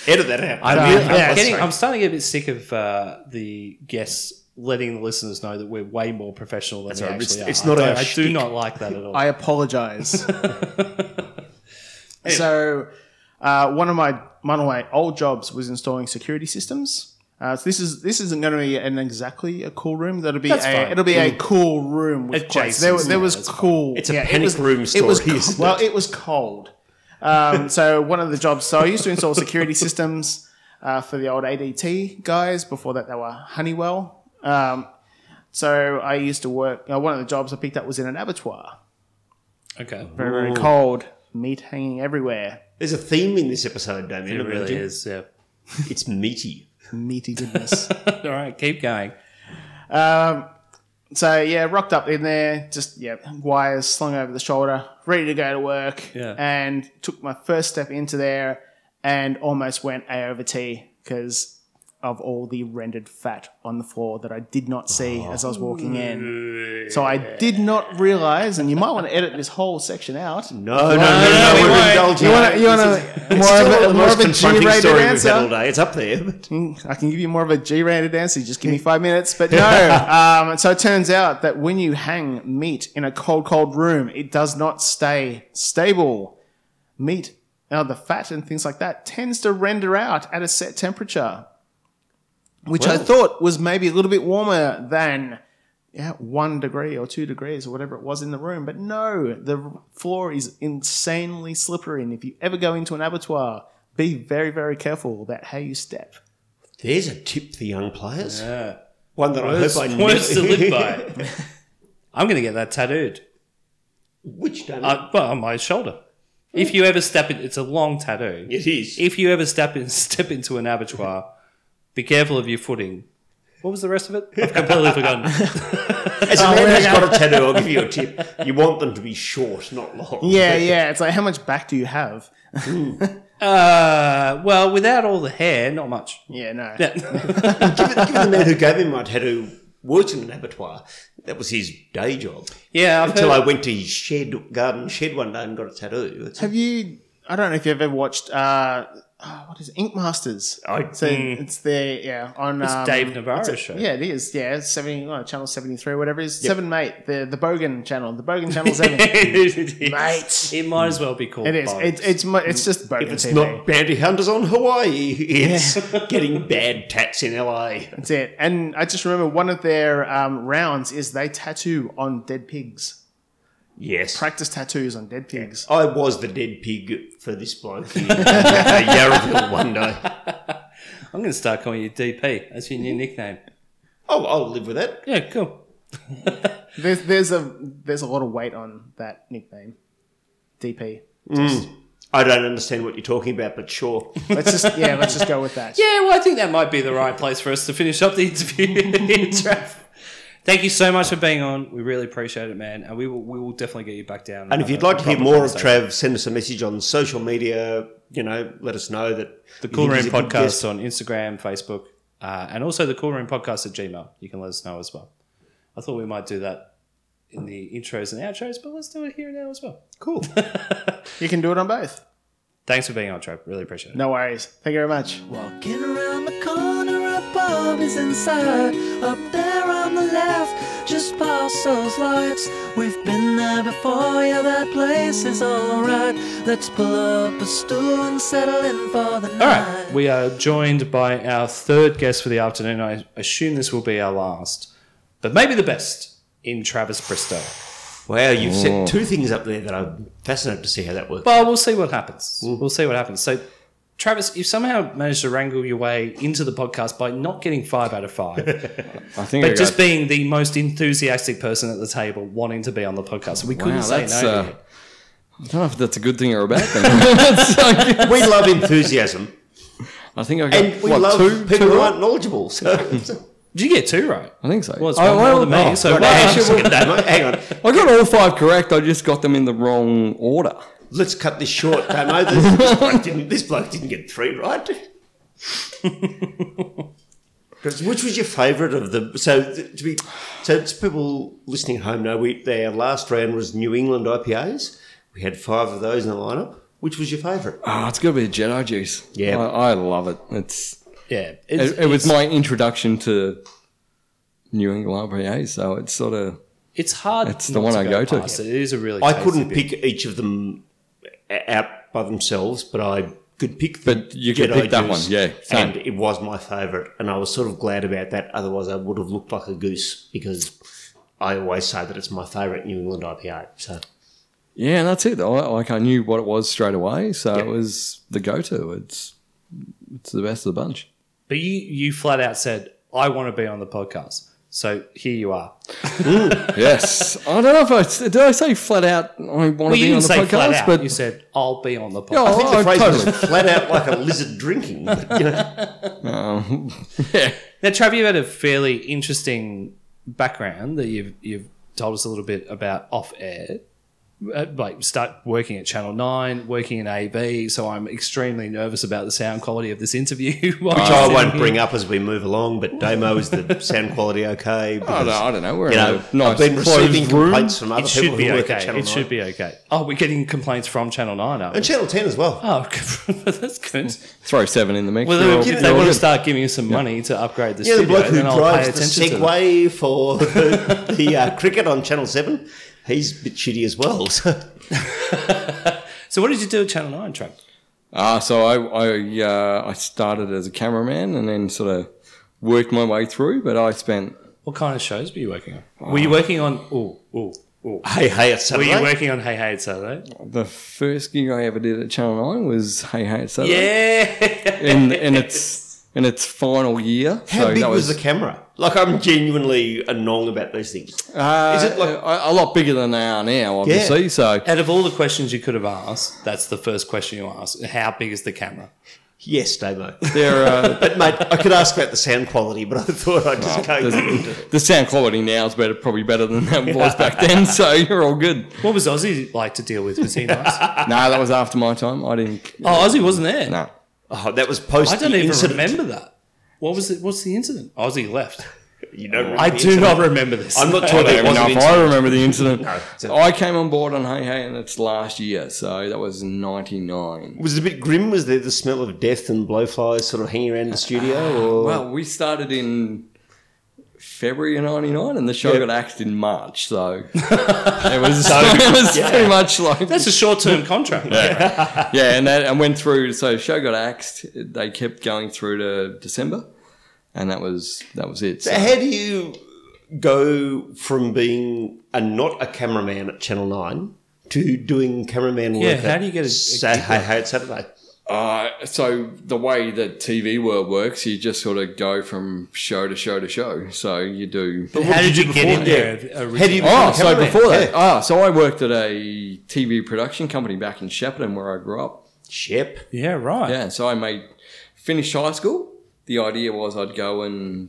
Speaker 3: Edit that out.
Speaker 2: I'm,
Speaker 5: Yeah,
Speaker 2: I'm
Speaker 5: yeah,
Speaker 2: getting,
Speaker 3: sorry.
Speaker 2: I'm starting to get a bit sick of uh, the guests letting the listeners know that we're way more professional than we
Speaker 3: right.
Speaker 2: actually
Speaker 3: It's-
Speaker 2: are.
Speaker 3: it's not
Speaker 2: I
Speaker 3: our
Speaker 2: don't- I do
Speaker 3: shtick.
Speaker 2: not like that at all.
Speaker 5: I apologize. (laughs) so, uh, one of my one of my old jobs was installing security systems. Uh, so this is this isn't going to be an exactly a cool room. That'll be
Speaker 2: That's
Speaker 5: a,
Speaker 2: fine.
Speaker 5: it'll be a cool room with quotes. There,
Speaker 2: Adjacent,
Speaker 5: there
Speaker 2: yeah,
Speaker 5: was
Speaker 2: that's
Speaker 5: cool.
Speaker 3: It's a
Speaker 5: it
Speaker 3: panic
Speaker 5: was-
Speaker 3: room
Speaker 5: It was,
Speaker 3: story,
Speaker 5: co-
Speaker 3: isn't
Speaker 5: (laughs) well, it was cold. Um, so one of the jobs. So I used to install security systems uh, for the old ADT guys. Before that, they were Honeywell. Um, so I used to work. Uh, one of the jobs I picked up was in an abattoir.
Speaker 2: okay.
Speaker 5: Very very cold. Meat hanging everywhere.
Speaker 3: There's a theme in this episode, Damien.
Speaker 2: It
Speaker 3: I'm
Speaker 2: really
Speaker 3: glad you-
Speaker 2: is, yeah. (laughs)
Speaker 3: It's meaty.
Speaker 5: meaty (laughs) goodness.
Speaker 2: All right, keep going.
Speaker 5: Um, so yeah, rocked up in there, just yeah, wires slung over the shoulder, ready to go to work.
Speaker 2: Yeah.
Speaker 5: And took my first step into there and almost went A over T because of all the rendered fat on the floor that I did not see as I was walking in. So I did not realize, and you might want to edit this whole section out.
Speaker 3: No, no, no, no,
Speaker 5: we
Speaker 3: we're
Speaker 5: won't.
Speaker 3: indulging.
Speaker 5: You want to, you want to more of a, more of a G-rated answer?
Speaker 3: all day. It's up there. But
Speaker 5: Mm, I can give you more of a G-rated answer. Just give me five minutes. But no. (laughs) Um, so it turns out that when you hang meat in a cold, cold room, it does not stay stable. Meat, uh, the fat and things like that, tends to render out at a set temperature, which I thought was maybe a little bit warmer than yeah, one degree or two degrees or whatever it was in the room. But no, the floor is insanely slippery. And if you ever go into an abattoir, be very, very careful about how you step.
Speaker 3: there's a tip for young players.
Speaker 2: Yeah.
Speaker 3: One that I
Speaker 2: Words,
Speaker 3: hope I
Speaker 2: words to
Speaker 3: never-
Speaker 2: live by. (laughs) I'm going to get that tattooed
Speaker 3: (laughs) Which don't
Speaker 2: uh, well, on my shoulder. If you ever step in, it's a long tattoo.
Speaker 3: it is.
Speaker 2: If you ever step in, (laughs) step into an abattoir, be careful of your footing. What was the rest of it? I've completely forgotten.
Speaker 5: (laughs)
Speaker 3: As a man who's Oh, got a tattoo, I'll give you a tip. You want them to be short, not long.
Speaker 5: Yeah, yeah. It's like how much back do you have?
Speaker 2: Uh, well, without all the hair, not much.
Speaker 5: Yeah, no.
Speaker 3: Given, given the man who gave me my tattoo worked in an abattoir, that was his day job.
Speaker 2: Yeah, I've
Speaker 3: Until
Speaker 2: heard-
Speaker 3: I went to his shed, garden shed one day and got a tattoo. It's-
Speaker 5: Have you? I don't know if you've ever watched. Uh, oh, what is it? Ink Masters?
Speaker 3: I-
Speaker 5: so it's there. Yeah, on
Speaker 2: It's
Speaker 5: um,
Speaker 2: Dave Navarro's show.
Speaker 5: Yeah, it is. Yeah, seventy oh, channel seventy three, whatever it is. Seven mate, the the Bogan channel, the Bogan channel
Speaker 2: (laughs)
Speaker 5: seven. it
Speaker 2: Mate. It might as well be called.
Speaker 5: is.
Speaker 2: Bones.
Speaker 5: It's it's mu- it's just Bogan
Speaker 3: If it's
Speaker 5: TV.
Speaker 3: not bounty hunters on Hawaii, it's getting bad tats in LA.
Speaker 5: That's it. And I just remember one of their um, rounds is they tattoo on dead pigs.
Speaker 3: Yes.
Speaker 5: Practice tattoos on dead pigs.
Speaker 3: I was the dead pig for this bloke (laughs) in Yarraville one day.
Speaker 2: I'm going to start calling you DP. That's your new nickname.
Speaker 3: Oh, I'll live with that.
Speaker 2: Yeah, cool.
Speaker 5: There's there's a there's a lot of weight on that nickname. DP.
Speaker 3: I don't understand what you're talking about, but sure.
Speaker 5: Let's just yeah, let's just go with that.
Speaker 2: Yeah, well, I think that might be the right place for us to finish up the interview. (laughs) Trav. Thank you so much for being on. We really appreciate it, man. And we will, we will definitely get you back down.
Speaker 3: And if
Speaker 2: have
Speaker 3: you'd
Speaker 2: a
Speaker 3: like to hear
Speaker 2: proper
Speaker 3: more of
Speaker 2: conversation.
Speaker 3: Trav, send us a message on social media. You know, let us know that
Speaker 2: the Cool Room Podcast on Instagram, Facebook, uh, and also the Cool Room Podcast at Gmail. You can let us know as well. I thought we might do that in the intros and outros, but let's do it here now as well.
Speaker 3: Cool.
Speaker 5: You can do it on both.
Speaker 2: Thanks for being on, Trav. Really appreciate it.
Speaker 5: No worries. Thank you very much.
Speaker 1: Walking around the corner, a pub is inside. Up there on the left, just past those lights. We've been there before, yeah, that place is alright. Let's pull up a stool and settle in for the
Speaker 2: All
Speaker 1: night.
Speaker 2: right, we are joined by our third guest for the afternoon. I assume this will be our last, but maybe the best in Travis Bristow.
Speaker 3: Wow, you've set two things up there that I'm fascinated to see how that works.
Speaker 2: Well, we'll see what happens. We'll see what happens. So, Travis, you somehow managed to wrangle your way into the podcast by not getting five out of five,
Speaker 6: (laughs) I think I
Speaker 2: but just
Speaker 6: got-
Speaker 2: being the most enthusiastic person at the table, wanting to be on the podcast. We couldn't
Speaker 6: wow,
Speaker 2: say
Speaker 6: that's.
Speaker 2: no.
Speaker 6: uh, I don't know if that's a good thing or a bad
Speaker 2: (laughs)
Speaker 6: thing. It's like-
Speaker 3: we love enthusiasm,
Speaker 6: I think I got
Speaker 3: and we
Speaker 6: what,
Speaker 3: love
Speaker 6: two,
Speaker 3: people
Speaker 6: two
Speaker 3: who
Speaker 6: right?
Speaker 3: aren't knowledgeable. So,
Speaker 2: (laughs) Did you get two right?
Speaker 6: I think so.
Speaker 2: Well, it's
Speaker 6: I,
Speaker 2: one more
Speaker 6: Oh, well,
Speaker 2: than me,
Speaker 6: no,
Speaker 2: so-
Speaker 6: right,
Speaker 2: Well,
Speaker 6: actually,
Speaker 3: Second day, mate. (laughs) hang on.
Speaker 6: I got all five correct. I just got them in the wrong order.
Speaker 3: Let's cut this short, Damo. This, this, bloke didn't, this bloke didn't get three right. 'Cause Which was your favourite of the? So th- to be, so it's people listening at home know we their last round was New England IPAs. We had five of those in the lineup. Which was your favourite?
Speaker 6: Ah, it's got to be the Jedi juice.
Speaker 3: Yeah.
Speaker 6: I, I love it. It's
Speaker 2: Yeah,
Speaker 6: it,
Speaker 2: it's,
Speaker 6: it was my introduction to New England IPA, so it's sort of
Speaker 2: it's hard.
Speaker 6: It's the
Speaker 2: not
Speaker 6: one I go to.
Speaker 2: past it. It is a really.
Speaker 3: I
Speaker 2: tasty
Speaker 3: couldn't
Speaker 2: beer.
Speaker 3: pick each of them a- out by themselves, but I could pick. The
Speaker 6: But you could pick that one, yeah, same.
Speaker 3: and it was my favourite, and I was sort of glad about that. Otherwise, I would have looked like a goose because I always say that it's my favourite New England IPA. So
Speaker 6: yeah, and that's it. I, like I knew what it was straight away, so it was the go-to. It's it's the best of the bunch.
Speaker 2: But you, you flat out said, "I want to be on the podcast." So here you are.
Speaker 6: Yes, I don't know if I s- did. I say flat out. I want
Speaker 2: Well,
Speaker 6: to
Speaker 2: you
Speaker 6: be
Speaker 2: didn't
Speaker 6: on the
Speaker 2: say
Speaker 6: podcast,
Speaker 2: flat out.
Speaker 6: but
Speaker 2: you said, "I'll be on the podcast."
Speaker 6: Yeah,
Speaker 3: I think
Speaker 6: I-
Speaker 3: the phrase
Speaker 6: totally.
Speaker 3: was flat out like a lizard drinking. But, you know,
Speaker 6: Um, yeah.
Speaker 2: Now, Trav, you had a fairly interesting background that you've you've told us a little bit about off air. uh, like start working at Channel Nine, working in AB. So I'm extremely nervous about the sound quality of this interview. (laughs) Which
Speaker 3: Which
Speaker 6: Ah,
Speaker 3: Uh, I won't bring up as we move along, but Damo is the sound quality okay?
Speaker 6: (laughs) I
Speaker 3: Because,
Speaker 6: don't, I don't know. We're
Speaker 3: you know,
Speaker 6: in a nice
Speaker 3: I've been
Speaker 6: closed
Speaker 3: receiving
Speaker 6: room.
Speaker 3: complaints from other
Speaker 2: It
Speaker 3: people
Speaker 2: should
Speaker 3: who
Speaker 2: be
Speaker 3: work
Speaker 2: okay.
Speaker 3: at Channel
Speaker 2: It should
Speaker 3: 9.
Speaker 2: be okay. Oh, we're getting complaints from Channel Nine, aren't we?
Speaker 3: And Channel 10 as well.
Speaker 2: Oh, (laughs) that's good.
Speaker 6: Throw seven in the mix.
Speaker 2: Well,
Speaker 6: you're
Speaker 2: they,
Speaker 6: all-
Speaker 2: if
Speaker 6: you're
Speaker 2: they
Speaker 6: all
Speaker 2: want to
Speaker 6: good.
Speaker 2: start giving you some money to upgrade the
Speaker 3: Yeah, the
Speaker 2: studio,
Speaker 3: bloke who
Speaker 2: then I'll pay
Speaker 3: drives the
Speaker 2: attention to them. (laughs)
Speaker 3: Segway for the, the uh, cricket on Channel 7, he's a bit shitty as well. So. (laughs)
Speaker 2: So, what did you do at Channel Nine, Trump?
Speaker 6: Ah, so I I, uh, I started as a cameraman and then sort of worked my way through. But I spent
Speaker 2: What kind of shows were you working on? Were you working on? Ooh, ooh, ooh.
Speaker 3: Hey, hey, it's
Speaker 2: Were
Speaker 3: Saturday.
Speaker 2: you working on Hey Hey It's Saturday?
Speaker 6: the first gig I ever did at Channel Nine was Hey Hey It's Saturday
Speaker 2: Yeah.
Speaker 6: in in its in its final year.
Speaker 3: How big was, the camera? Like, I'm genuinely annoying about these things.
Speaker 6: uh,
Speaker 3: Is it like-
Speaker 6: a, a lot bigger than they are now? Obviously, so
Speaker 2: Out of all the questions you could have asked, that's the first question you asked. How big is the camera?
Speaker 3: Yes, Damo.
Speaker 6: they're. Uh, (laughs)
Speaker 3: but, mate, I could ask about the sound quality, but I thought I'd just go.
Speaker 6: the, the sound quality now is better, probably better than that was back then. So you're
Speaker 3: (laughs)
Speaker 6: all good.
Speaker 2: What was Ozzy like to deal with? Was he (laughs) nice?
Speaker 6: No, that was after my time. I didn't.
Speaker 2: oh, Ozzy wasn't there.
Speaker 6: No.
Speaker 3: Oh, that was post
Speaker 2: I don't even
Speaker 3: incident.
Speaker 2: remember that. What was it? What's the incident? Ozzy left.
Speaker 3: You don't remember
Speaker 2: I
Speaker 3: the
Speaker 2: do
Speaker 3: incident.
Speaker 2: not remember this.
Speaker 3: I'm not talking
Speaker 6: I
Speaker 3: about
Speaker 6: don't even know
Speaker 3: wasn't
Speaker 6: if
Speaker 3: incident.
Speaker 6: I remember the incident.
Speaker 3: it's a-
Speaker 6: I came on board on Hey Hey and it's last year, so that was '99.
Speaker 3: Was it a bit grim? Was there the smell of death and blowflies sort of hanging around the studio? Or
Speaker 6: Well, we started in February of '99, and the show got axed in
Speaker 3: (laughs)
Speaker 6: March, so it was (laughs) it was pretty much like
Speaker 2: That's a short-term (laughs) contract.
Speaker 6: (laughs) yeah, and that and went through. So the show got axed. They kept going through to December, and that was that was it. So,
Speaker 3: how do you go from being a not a cameraman at Channel Nine to doing cameraman work?
Speaker 2: Yeah,
Speaker 3: at
Speaker 2: how do you get a- a
Speaker 3: Sa-
Speaker 2: gig
Speaker 3: hey, hey, it's Saturday?
Speaker 6: uh, so the way that TV world works, you just sort of go from show to show to show. So you do.
Speaker 2: How did you get in there?
Speaker 3: How do you become
Speaker 6: Oh,
Speaker 3: a
Speaker 6: so
Speaker 3: cameraman?
Speaker 6: before that,
Speaker 3: Yeah.
Speaker 6: ah, so I worked at a TV production company back in Shepparton where I grew up.
Speaker 3: Shep.
Speaker 2: Yeah, right.
Speaker 6: Yeah, so I made finished high school. The idea was I'd go and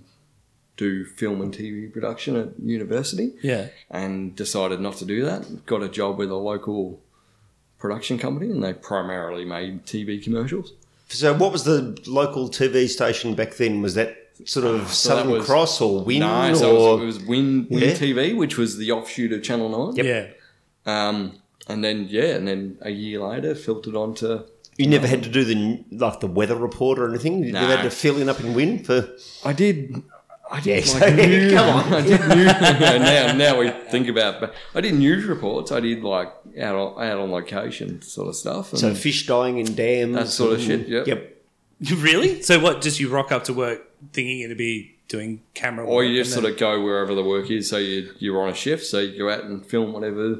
Speaker 6: do film and TV production at university,
Speaker 2: Yeah.
Speaker 6: and decided not to do that. Got a job with a local production company, and they primarily made TV commercials.
Speaker 3: So, what was the local TV station back then? Was that sort of
Speaker 6: Oh, that
Speaker 3: Southern
Speaker 6: was-
Speaker 3: Cross or Win?
Speaker 6: No,
Speaker 3: or
Speaker 6: so it was, it was Win Win
Speaker 3: Yeah.
Speaker 6: TV, which was the offshoot of Channel Nine.
Speaker 2: Yeah.
Speaker 6: Um, and then yeah, and then a year later, filtered onto
Speaker 3: you never had to do the like the weather report or anything. You never
Speaker 6: No.
Speaker 3: had to fill in up in Win for.
Speaker 6: I did. I did.
Speaker 3: Yes.
Speaker 6: Like news,
Speaker 3: (laughs) Come on.
Speaker 6: (laughs) I did news. now, now we think about. But I did news reports. I did like out on, out on location sort of stuff. And
Speaker 3: So fish dying in dams,
Speaker 6: That sort of
Speaker 3: and-
Speaker 6: shit, yep.
Speaker 3: Yep.
Speaker 2: Really? So what? Just you rock up to work thinking it'd be doing camera work,
Speaker 6: or you
Speaker 2: and
Speaker 6: just sort of go wherever the work is. So you you're on a shift. So you go out and film whatever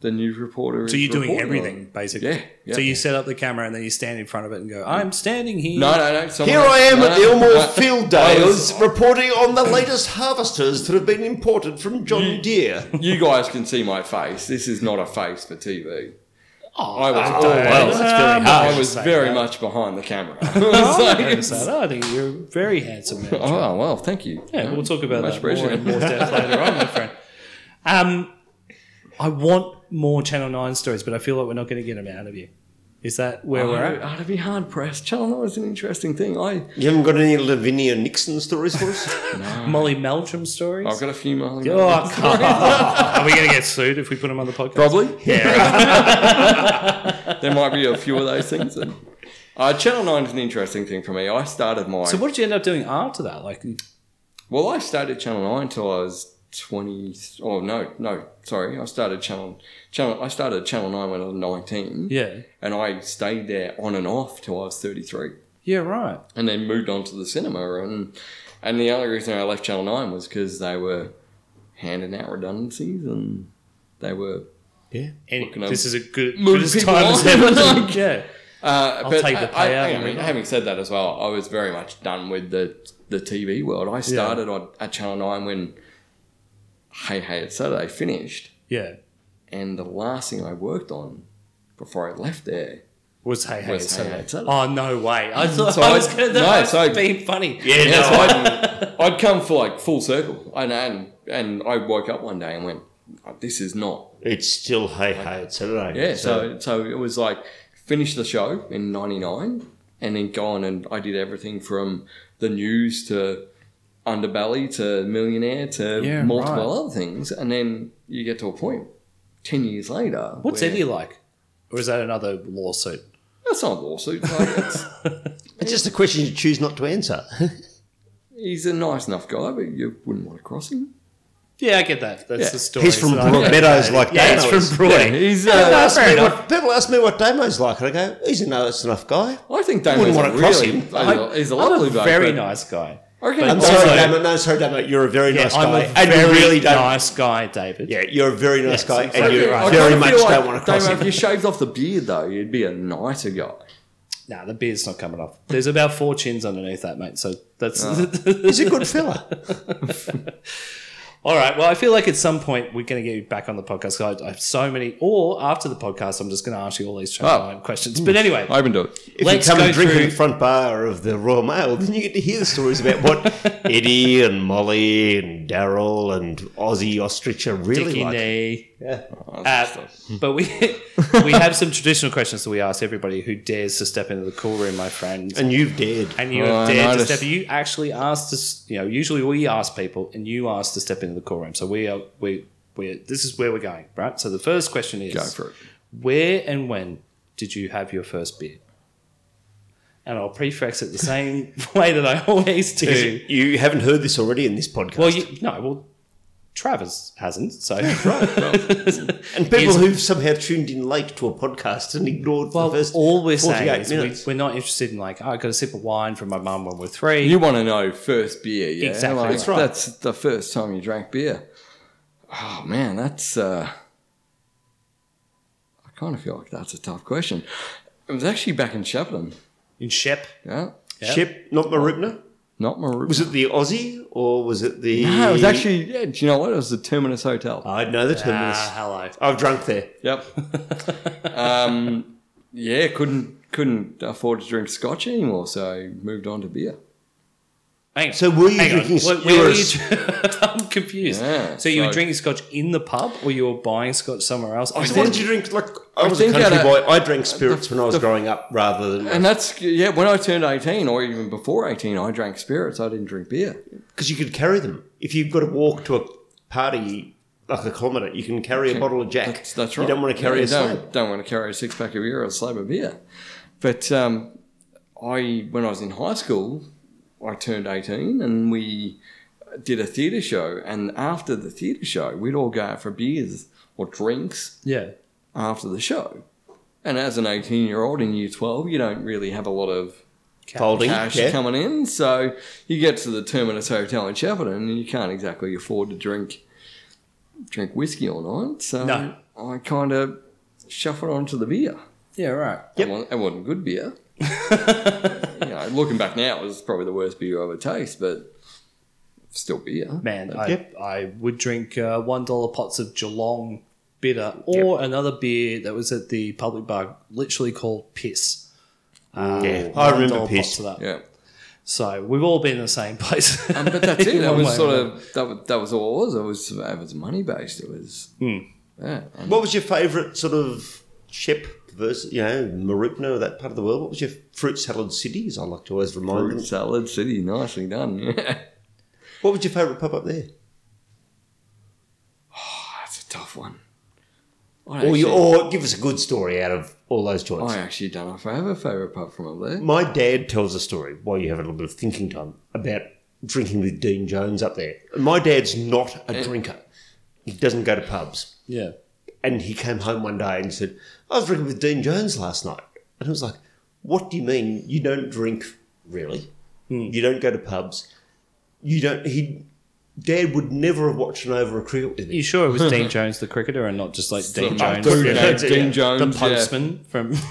Speaker 6: the news reporter.
Speaker 2: then-
Speaker 6: is
Speaker 2: So you're doing
Speaker 6: reporting on.
Speaker 2: everything basically.
Speaker 6: Yeah, yeah.
Speaker 2: So you set up the camera and then you stand in front of it and go, "I'm standing here."
Speaker 6: No, no, no. someone
Speaker 3: Here
Speaker 6: else-
Speaker 3: I am
Speaker 6: no,
Speaker 3: at the
Speaker 6: no,
Speaker 3: Elmore
Speaker 6: no.
Speaker 3: Field
Speaker 6: Uh, I
Speaker 3: Days
Speaker 6: was-
Speaker 3: reporting on the latest harvesters that have been imported from John Deere.
Speaker 6: You guys can see my face. This is not a face for TV. I was
Speaker 2: Oh,
Speaker 6: always-
Speaker 2: well, that's very hard.
Speaker 6: I was
Speaker 2: Say
Speaker 6: very
Speaker 2: that.
Speaker 6: much behind the camera. (laughs)
Speaker 2: Oh, I
Speaker 6: So
Speaker 2: noticed
Speaker 6: it's-
Speaker 2: that. Oh, I think you're a very handsome man. John.
Speaker 6: (laughs) Oh well, thank you.
Speaker 2: Yeah, we'll talk about
Speaker 6: Much
Speaker 2: that more in
Speaker 6: appreciated.
Speaker 2: more depth later on, my friend. Um, I want more Channel Nine stories, but I feel like we're not going to get them out of you. Is that where we're at?
Speaker 6: I'd be hard pressed. Channel Nine was an interesting thing. I
Speaker 3: You haven't got any Lavinia Nixon stories for us?
Speaker 2: Molly Meltram stories.
Speaker 6: Oh, I've got a few more.
Speaker 2: Oh, come
Speaker 6: (laughs)
Speaker 2: on. Are we going to get sued if we put them on the podcast?
Speaker 6: Probably
Speaker 2: Yeah.
Speaker 6: there might be a few of those things. And, uh, Channel Nine is an interesting thing for me. I started my
Speaker 2: so what did you end up doing after that? Like,
Speaker 6: well, I started Channel Nine until I was twenty. Oh no, no, sorry. I started Channel Channel. I started Channel Nine when I was nineteen.
Speaker 2: yeah,
Speaker 6: and I stayed there on and off till I was thirty three.
Speaker 2: yeah, right.
Speaker 6: and then moved on to the cinema. And and the only reason I left Channel Nine was because they were handing out redundancies and they were.
Speaker 2: Any,
Speaker 6: Fucking
Speaker 2: this is a good,
Speaker 6: Move
Speaker 2: good as
Speaker 6: people
Speaker 2: time as
Speaker 6: on.
Speaker 2: ever. to- yeah,
Speaker 6: Uh, but
Speaker 2: take the
Speaker 6: I- I-
Speaker 2: payout,
Speaker 6: hang on
Speaker 2: you
Speaker 6: a minute,
Speaker 2: know.
Speaker 6: having said that as well, I was very much done with the the TV world. I started on at Channel Nine when Hey Hey It's Saturday finished,
Speaker 2: yeah.
Speaker 6: and the last thing I worked on before I left there.
Speaker 2: Was hey hey,
Speaker 6: Was
Speaker 2: it's
Speaker 6: Hey,
Speaker 2: Saturday.
Speaker 6: Hey, it's Saturday.
Speaker 2: Oh no way! I thought
Speaker 6: So
Speaker 2: I
Speaker 6: I-
Speaker 2: was going to.
Speaker 6: no,
Speaker 2: No, was
Speaker 6: so I-
Speaker 2: being funny.
Speaker 6: (laughs) Yeah, (laughs) so I'd, I'd come for like full circle, and and and I woke up one day and went, this is not
Speaker 3: It's still hey hey, it's Saturday.
Speaker 6: yeah, so so it was like finish the show in '99, and then go on and I did everything from the news to underbelly to millionaire to
Speaker 2: Yeah,
Speaker 6: multiple
Speaker 2: right.
Speaker 6: other things, and then you get to a point ten years later.
Speaker 2: What's
Speaker 6: where-
Speaker 2: Eddie like? Or is that another lawsuit?
Speaker 6: That's not a lawsuit. Like it's,
Speaker 3: it's just a question you choose not
Speaker 2: (laughs)
Speaker 3: to answer.
Speaker 6: he's a nice enough guy, but you wouldn't want to cross him.
Speaker 2: Yeah, I get that. That's the story.
Speaker 3: He's from
Speaker 2: So I-
Speaker 3: Broadmeadows, like
Speaker 2: Yeah,
Speaker 3: Damo
Speaker 2: he's
Speaker 3: is.
Speaker 2: from Broad.
Speaker 6: He's.
Speaker 3: People,
Speaker 6: Uh,
Speaker 3: ask me (laughs) what, people ask me what Damo's like, and I go, he's a nice enough guy.
Speaker 6: I think Damon's
Speaker 3: Wouldn't
Speaker 6: a
Speaker 3: want to
Speaker 6: really.
Speaker 3: cross him.
Speaker 6: He's a, he's a lovely
Speaker 2: I'm
Speaker 6: bloke,
Speaker 2: very
Speaker 6: but
Speaker 2: nice guy.
Speaker 6: I reckon
Speaker 3: I'm
Speaker 6: he-
Speaker 3: sorry,
Speaker 2: also-
Speaker 3: Damo. No, sorry, Damo. You're a very nice
Speaker 2: I'm
Speaker 3: guy.
Speaker 2: a
Speaker 3: and you
Speaker 2: very
Speaker 3: really don't.
Speaker 2: nice guy, David.
Speaker 3: Yeah, you're a very nice
Speaker 2: Yes,
Speaker 3: guy, and
Speaker 2: exactly
Speaker 3: you
Speaker 2: right. I
Speaker 3: very
Speaker 6: kinda
Speaker 3: much
Speaker 6: feel like,
Speaker 3: don't want to cross
Speaker 6: Damo,
Speaker 3: him.
Speaker 6: if you shaved off the beard though, you'd be a nicer guy.
Speaker 2: Nah, the beard's not coming off. There's about four chins underneath that, mate. So that's (laughs)
Speaker 3: He's a good fella.
Speaker 2: all right. Well, I feel like at some point we're going to get you back on the podcast. 'cause I, I have so many, or after the podcast, I'm just going to ask you all these
Speaker 6: Oh.
Speaker 2: oh. questions. But anyway,
Speaker 6: I wouldn't do it.
Speaker 3: If
Speaker 2: Let's
Speaker 3: you come and
Speaker 2: go
Speaker 3: drink in
Speaker 2: through-
Speaker 3: the front bar of the Royal Mail, then you get to hear the stories about what
Speaker 2: (laughs)
Speaker 3: Eddie and Molly and Daryl and Aussie Ostrich are really
Speaker 2: Dicky
Speaker 3: like.
Speaker 2: Knee.
Speaker 6: Uh,
Speaker 2: Uh, but we (laughs) we have some traditional questions that we ask everybody who dares to step into the cool room, my friends.
Speaker 3: And you've dared.
Speaker 2: and you
Speaker 6: Oh,
Speaker 2: have
Speaker 6: I
Speaker 2: dared to
Speaker 6: noticed.
Speaker 2: step. You actually asked us. You know, usually we ask people, and you asked to step into the core room. So we are we we this is where we're going, right? So the first question is:
Speaker 6: Go for it.
Speaker 2: Where and when did you have your first beer? And I'll prefix it the same (laughs) way that I always do.
Speaker 3: You haven't heard this already in this podcast.
Speaker 2: Well, you, no, well, Travis hasn't. So (laughs)
Speaker 3: and people
Speaker 2: is-
Speaker 3: who've somehow tuned in late to a podcast and ignored
Speaker 2: Well,
Speaker 3: the first
Speaker 2: all we're saying
Speaker 3: 48
Speaker 2: is
Speaker 3: minutes.
Speaker 2: we, we're not interested in like, oh, I got a sip of wine from my mum when we're three.
Speaker 6: You want to know first beer, yeah?
Speaker 2: Exactly.
Speaker 6: Like,
Speaker 2: That's right.
Speaker 6: That's the first time you drank beer. Oh man, that's. Uh, I kind of feel like that's a tough question. It was actually back in Chaplin.
Speaker 2: in Shep,
Speaker 6: Yeah,
Speaker 3: Shep, not Maribna.
Speaker 6: not Maru.
Speaker 3: Was it the Aussie or was it the.
Speaker 6: (laughs) No, it was actually. Yeah, do you know what? It was the Terminus Hotel.
Speaker 3: I know the terminus.
Speaker 2: ah, hello.
Speaker 3: I've drunk there.
Speaker 6: Yep. um, yeah, couldn't couldn't afford to drink scotch anymore, so moved on to beer.
Speaker 2: Hang on.
Speaker 3: So were you
Speaker 2: Hang on.
Speaker 3: drinking
Speaker 2: Where-
Speaker 3: you
Speaker 2: where
Speaker 3: were
Speaker 2: were
Speaker 3: a-
Speaker 2: you dr- (laughs) I'm confused.
Speaker 6: Yeah,
Speaker 2: so you were
Speaker 6: so-
Speaker 2: drinking scotch in the pub, or you were buying scotch somewhere else? I
Speaker 3: So
Speaker 2: did-
Speaker 3: what did you drink? Like I
Speaker 6: I
Speaker 3: was a
Speaker 6: think
Speaker 3: country
Speaker 6: at a-
Speaker 3: boy. I drank spirits when I was growing up, rather than
Speaker 6: And that's yeah. When I turned eighteen, or even before eighteen, I drank spirits. I didn't drink beer.
Speaker 3: because you could carry them. If you've got to walk to a party like a kilometre, you can carry a bottle of Jack.
Speaker 6: That's, that's right.
Speaker 3: You don't want to carry
Speaker 6: Yeah,
Speaker 3: a
Speaker 6: don't,
Speaker 3: slab.
Speaker 6: Don't want to carry a six pack of beer or a slab of beer. But um, I, when I was in high school, I turned eighteen, and we did a theatre show. And after the theatre show, we'd all go out for beers or drinks
Speaker 2: yeah.
Speaker 6: after the show. And as an eighteen-year-old in year twelve, you don't really have a lot of
Speaker 3: Folding,
Speaker 6: cash
Speaker 3: yeah.
Speaker 6: coming in. So you get to the Terminus Hotel in Shepparton and you can't exactly afford to drink drink whiskey all night. So
Speaker 2: No.
Speaker 6: I kind of shuffled onto the beer.
Speaker 2: Yeah, right.
Speaker 6: It, wasn't, it wasn't
Speaker 2: (laughs)
Speaker 6: good beer. you know, looking back now, it was probably the worst beer I ever taste, but still beer.
Speaker 2: Man, I,
Speaker 3: Yep.
Speaker 2: I would drink uh, $1 pots of Geelong bitter or another beer that was at the public bar, literally called Piss. Um,
Speaker 3: Yeah, Ah. I remember
Speaker 2: $1 pots
Speaker 3: Piss.
Speaker 2: of that. (laughs)
Speaker 6: Yeah.
Speaker 2: So we've all been in the same place.
Speaker 6: Um,
Speaker 2: (laughs)
Speaker 6: but that's it.
Speaker 2: in
Speaker 6: That
Speaker 2: one way
Speaker 6: was
Speaker 2: or
Speaker 6: sort
Speaker 2: another.
Speaker 6: of that was, that was all it was. It was it was money based. It was
Speaker 2: Hmm.
Speaker 6: yeah. And
Speaker 3: What was your favourite sort of ship versus you know Maribna or that part of the world? What was your fruit salad city? As I like to always remind
Speaker 6: fruit
Speaker 3: them.
Speaker 6: salad city, nicely done. (laughs) Yeah.
Speaker 3: What was your favourite pub up there?
Speaker 6: That's a tough one.
Speaker 3: Or, you,
Speaker 6: actually-
Speaker 3: or give us a good story out of all those choices.
Speaker 6: I actually don't know if I have a favourite pub from up there.
Speaker 3: My dad tells a story while you have a little bit of thinking time about drinking with Dean Jones up there. My dad's not a drinker. He doesn't go to pubs.
Speaker 2: Yeah.
Speaker 3: And he came home one day and said, I was drinking with Dean Jones last night. And I was like, What do you mean you don't drink really?
Speaker 2: Hmm.
Speaker 3: You don't go to pubs. You don't he Dad would never have watched an over a cricket with me.
Speaker 2: You sure it was Dean Jones, the cricketer, and not just like Dean
Speaker 6: Oh,
Speaker 2: Jones,
Speaker 6: Dean,
Speaker 3: Yeah.
Speaker 6: Jones, Dean
Speaker 2: the
Speaker 6: Jones, yeah.
Speaker 2: postman from. (laughs)